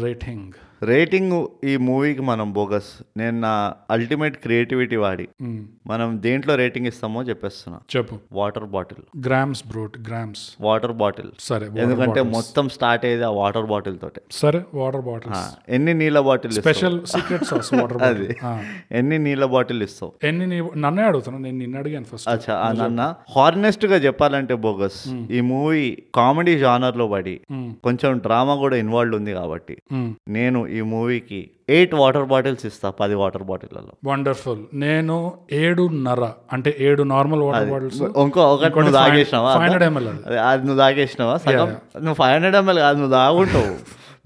Speaker 1: రేటింగ్
Speaker 2: రేటింగ్ ఈ మూవీకి మనం బోగస్ నేను నా అల్టిమేట్ క్రియేటివిటీ వాడి
Speaker 1: మ్,
Speaker 2: మనం దేంట్లో రేటింగ్ ఇస్తామో చెప్పేస్తున్నా
Speaker 1: చెప్పు
Speaker 2: water bottle
Speaker 1: grams brute grams
Speaker 2: water bottle
Speaker 1: సరే water
Speaker 2: ఎందుకంటే
Speaker 1: bottles.
Speaker 2: మొత్తం స్టార్ట్ అయ్యేది ఆ వాటర్ బాటిల్ తోటే
Speaker 1: సరే వాటర్ బాటిల్స్
Speaker 2: ఆ, ఎన్ని నీళ్ళ bottle
Speaker 1: special secret sauce water
Speaker 2: అది
Speaker 1: బాటిల్
Speaker 2: ఎన్ని నీళ్ళ బాటిల్ ఇస్తావు
Speaker 1: ఎన్ని నీ- నన్నే అడుగుతున్నా నేను నిన్న అడిగాను ఫస్ట్
Speaker 2: అచ్చా ఆ నాన్న హార్నెస్ట్ గా చెప్పాలంటే బోగస్ ఈ మూవీ కామెడీ జానర్ లో పడి
Speaker 1: మ్,
Speaker 2: కొంచెం డ్రామా కూడా ఇన్వాల్వ్ ఉంది కాబట్టి
Speaker 1: మ్.
Speaker 2: నేను ఈ మూవీకి ఎయిట్ వాటర్ బాటిల్స్ ఇస్తా పది వాటర్ బాటిల్లలో
Speaker 1: వండర్ఫుల్ నేను ఏడున్నర అంటే ఏడు నార్మల్ వాటర్ బాటిల్స్
Speaker 2: ఇంకో ఒకటి నువ్వు తాగేసినావా
Speaker 1: ఫైవ్ హండ్రెడ్ ఎంఎల్
Speaker 2: అది అది నువ్వు తాగేసినావా సగం నువ్వు ఫైవ్ హండ్రెడ్ ఎంఎల్ కాదు నువ్వు తాగుంటావు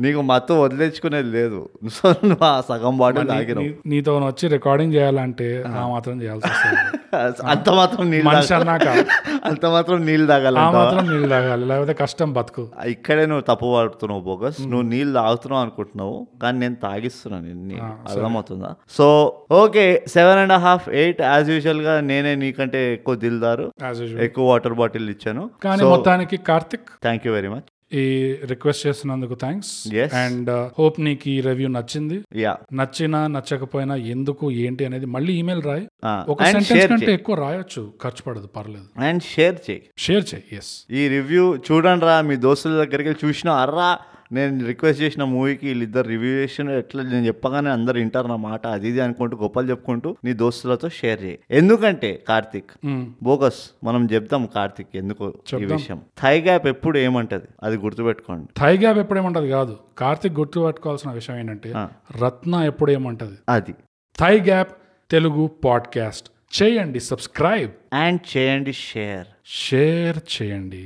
Speaker 2: నీకు మత్తు వదిలించుకునేది లేదు సో నువ్వు ఆ సగం బాటిల్ తాగినావు
Speaker 1: నీతో వచ్చి రికార్డింగ్ చేయాలంటే ఆ మాత్రం చేయాల్సి వస్తుంది
Speaker 2: అంత మాత్రం నీళ్ళు తాగ-
Speaker 1: మనిషి అన్నాక
Speaker 2: అంత మాత్రం నీళ్ళు
Speaker 1: ఆ
Speaker 2: తాగాలంట
Speaker 1: మాత్రం నీళ్ళు తాగాలి లేకపోతే కష్టం బతుకు
Speaker 2: ఇక్కడే నువ్వు తప్పు పడుతున్నావు బోగస్
Speaker 1: Hmm.
Speaker 2: నువ్వు నీళ్ళు తాగుతున్నావు అనుకుంటున్నావు కానీ నేను తాగిస్తున్నాను ఇన్ని అర్థమవుతుందా so okay seven and half eight as usual గా నేనే నీకంటే ఎక్కువ దిల్దారు
Speaker 1: యాజ్ యూజువల్
Speaker 2: ఎక్కువ వాటర్ బాటిల్ ఇచ్చాను
Speaker 1: కానీ మొత్తానికి Karthik
Speaker 2: thank you very much
Speaker 1: ఈ రిక్వెస్ట్ చేసినందుకు thanks
Speaker 2: Yes.
Speaker 1: And hope uh, నీకు ఈ రివ్యూ నచ్చింది
Speaker 2: యా
Speaker 1: నచ్చినా నచ్చకపోయినా ఎందుకు ఏంటి అనేది మళ్ళీ ఇమెయిల్ రాయి ఒక
Speaker 2: అండ్
Speaker 1: సెంటెన్స్
Speaker 2: షేర్
Speaker 1: కంటే ఎక్కువ రాయొచ్చు ఖర్చు పడదు పర్లేదు
Speaker 2: అండ్ షేర్ చేయి
Speaker 1: షేర్ చేయి ఎస్
Speaker 2: ఈ రివ్యూ చూడండి రా మీ దోస్తుల దగ్గరికి వెళ్ళి చూసిన అర్రా నేను రిక్వెస్ట్ చేసిన మూవీకి వీళ్ళిద్దరు రివ్యూ చేసిన ఎట్లా నేను చెప్పగానే అందరు వింటారు నా మాట అది ఇది అనుకుంటూ గొప్పలు చెప్పుకుంటూ నీ దోస్తులతో షేర్ చేయి ఎందుకంటే కార్తిక్
Speaker 1: Hmm.
Speaker 2: బోగస్ మనం చెప్దాం కార్తిక్ ఎందుకు ఈ విషయం థై గ్యాప్ ఎప్పుడు ఏమంటది అది గుర్తుపెట్టుకోండి
Speaker 1: థై గ్యాప్ ఎప్పుడేమంటది కాదు కార్తిక్ గుర్తు పట్టుకోవాల్సిన విషయం ఏంటంటే రత్న ఎప్పుడేమంటది
Speaker 2: అది
Speaker 1: థై గ్యాప్ తెలుగు పాడ్కాస్ట్ చేయండి సబ్స్క్రైబ్
Speaker 2: అండ్ చేయండి షేర్
Speaker 1: షేర్ చేయండి